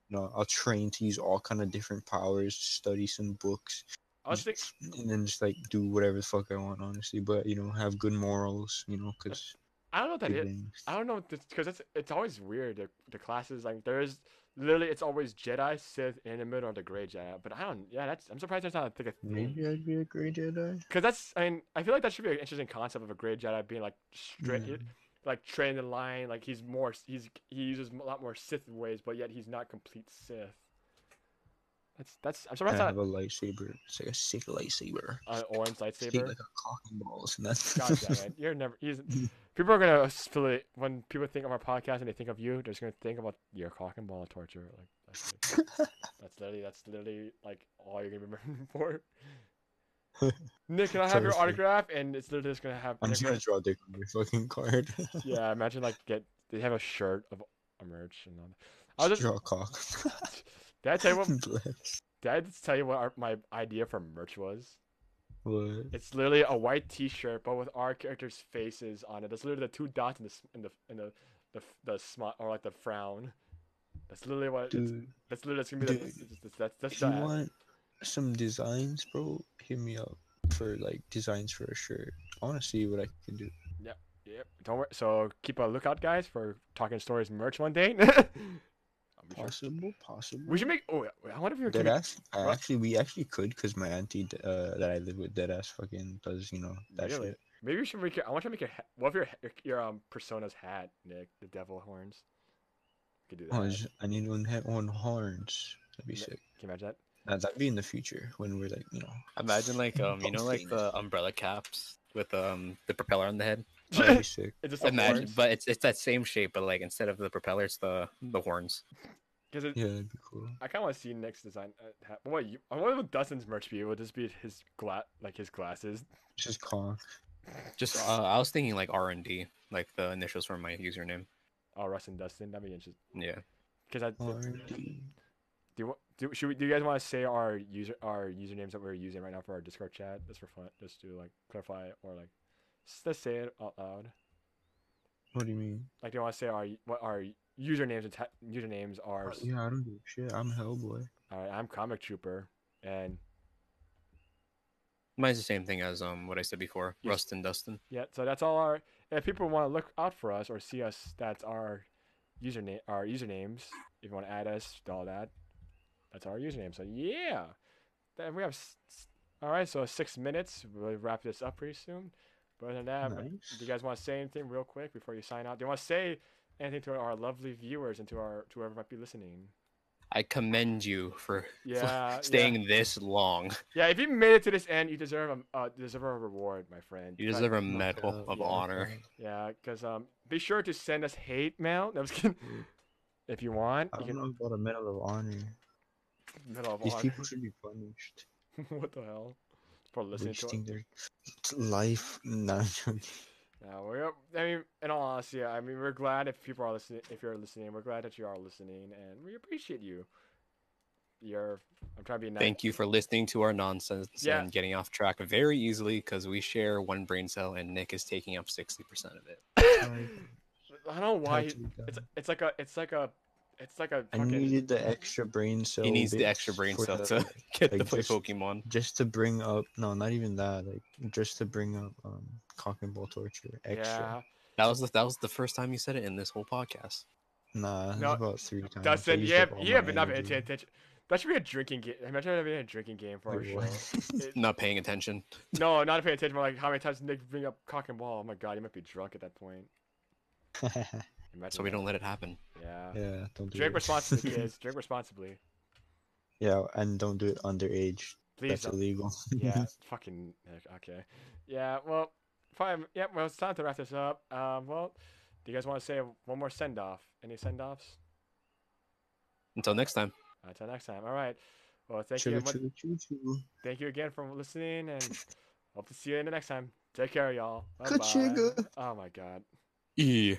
C: you know, I'll train to use all kind of different powers, study some books,
A: I was thinking.
C: just- and then just like do whatever the fuck I want, honestly. But you know, have good morals, you know, because
A: I don't know what that
C: good
A: is.
C: things.
A: I don't know because it's it's always weird. The, the classes like there's literally it's always Jedi, Sith, and in the middle are the gray Jedi. But I don't. Yeah, that's. I'm surprised there's not a thick a theme.
C: Maybe I'd be a great Jedi.
A: Because that's, I mean, I feel like that should be an interesting concept of a gray Jedi being like straight,
C: Yeah.
A: like trained in line. Like he's more, he's he uses a lot more Sith ways, but yet he's not complete Sith. That's that's. I'm surprised
C: And I
A: that's
C: have
A: not
C: a lightsaber. It's like a sick lightsaber.
A: an orange
C: It's
A: lightsaber.
C: shaped like a cock and balls, and that's.
A: God damn it! You're never. He's, people are gonna affiliate when people think of our podcast and they think of you. They're just gonna think about your cock and ball torture. Like that's, it. that's literally that's literally like all you're gonna be remembered for. Nick, can I have your
C: Seriously.
A: autograph? And it's literally just gonna have.
C: I'm
A: Nick
C: just
A: write-
C: gonna draw a dick on your fucking card.
A: Yeah, imagine like get they have a shirt of a merch and all that. I was just
C: draw a cock.
A: did I tell you what
C: Bless.
A: did I just tell you what our, my idea for merch was?
C: What?
A: It's literally a white T-shirt but with our characters' faces on it. That's literally the two dots in the s- in the in the the f- the smile or like the frown. That's literally what. It's,
C: Dude,
A: that's literally it's gonna be. The,
C: dude,
A: that's that's that's, that's
C: if you
A: that.
C: want some designs, bro, hit me up for like designs for a shirt. I want to see what I can do.
A: Yep. Don't worry. So keep a lookout, guys, for talking stories merch one day. I'm sure-
C: Possible, possible.
A: We should make. Oh, I wonder if we can.
C: Deadass,
A: make-
C: ass. I
A: What?
C: actually, we actually could, because my auntie d- uh, that I live with, dead ass, fucking does, you know, that
A: Really?
C: shit.
A: Maybe you should make. Your, I want you to make your. ha- What if your your, your um persona's hat, Nick? The devil horns. We could do that.
C: Oh, I, just- I need one head on horns. That'd be
A: Yeah.
C: sick.
A: Can you imagine that?
C: Now, that'd be in the future when we're like, you know,
B: imagine like um, you know, like
C: Dolphin.
B: the umbrella caps with um the propeller on the head.
C: oh, that'd be sick.
A: it's just
B: Imagine,
A: horns.
B: but it's it's that same shape, but like instead of the propeller, it's the the horns.
A: 'Cause it,
C: Yeah, that'd be cool.
A: I kind of want to see Nick's design. Uh, hat. What you? I wonder what Dustin's merch be. Would this be his gla- like his glasses?
C: It's just cock.
B: Just uh, I was thinking like R and D, like the initials for my username.
A: Oh, Russ and Dustin. That'd be interesting.
B: Yeah,
A: Because I do.
C: R&D.
A: You, wa- do should we? Do you guys want to say our user our usernames that we're using right now for our Discord chat? Just for fun. Just to like clarify or like. Just to say it out loud.
C: What do you mean?
A: Like, do you want to say our what our usernames and ta- usernames are?
C: Uh, Yeah, I don't give a shit. I'm Hellboy.
A: All right, I'm Comic Trooper, and
B: mine's the same thing as um what I said before,
A: Yes.
B: Rust and Dustin.
A: yeah, so that's all our. If people want to look out for us or see us, that's our username, our usernames. If you want to add us, all that, that's our username. So yeah, then we have s- s- All right, so six minutes. We'll wrap this up pretty soon. But other than that,
C: Nice.
A: do you guys want to say anything real quick before you sign out? Do you want to say anything to our lovely viewers and to our to whoever might be listening?
B: I commend you for
A: Yeah,
B: staying this long.
A: Yeah, if you made it to this end, you deserve a uh, deserve a reward, my friend.
B: You
A: But-
B: deserve a
C: Like,
B: medal
C: uh,
B: of
C: yeah,
B: honor.
C: okay.
A: Yeah, because um, be sure to send us hate mail. No, I'm just kidding. If you want,
C: I
A: you
C: don't
A: can
C: know about a medal of honor.
A: middle of
C: These
A: all-
C: people should be punished.
A: what the hell? For listening to
C: Wasting their life. No, I'm joking.
A: No, we're. I mean, in all honesty, I mean, we're glad if people are listening. If you're listening, we're glad that you are listening, and we appreciate you. You're. I'm trying to be nice.
B: Thank you for listening to our nonsense
A: Yeah.
B: and getting off track very easily because we share one brain cell and Nick is taking up 60% of it.
C: Sorry.
A: I don't know why.
C: Had
A: he-
C: to be done.
A: It's. It's like a. It's like a. It's like a.
C: I
A: fucking-
C: needed the extra brain cell.
B: he needs the
C: bits
B: extra brain
C: for
B: cell
C: the-
B: to get
C: like
B: to play
C: just-
B: Pokemon.
C: just to bring up. No, not even that. Like just to bring up um cock and ball torture
A: Yeah.
C: extra.
B: That was the, that was the first time you said it in this whole podcast.
C: Nah, that's
A: No,
C: about three times. I
A: Dustin,
C: used
A: yeah,
C: up all
A: yeah,
C: my
A: but not paying
C: energy.
A: attention. That should be a drinking game. Imagine that being a drinking game for our
C: Like,
A: show.
C: what?
A: It-
B: Not paying attention.
A: no, not paying attention. But like, how many times did Nick bring up cock and ball? Oh my god, he might be drunk at that point. Imagine
B: So we
A: that.
B: don't let it happen.
A: Yeah.
C: yeah, don't do
A: Drink
C: it.
A: responsibly, kids. Drink responsibly.
C: yeah, and don't do it underage.
A: Please.
C: That's
A: Don't.
C: illegal.
A: yeah, fucking Nick, okay. Yeah, well, fine. Yeah, well, it's time to wrap this up. Um, well, do you guys want to say one more send off? Any send offs?
B: Until next time.
A: Until next time. All right. Well, thank you.
C: Chugga
A: mu-
C: chugga choo choo.
A: Thank you again for listening, and hope to see you in the next time. Take care, y'all. Bye-bye.
C: Ka-chugga.
A: Oh my god.
B: E.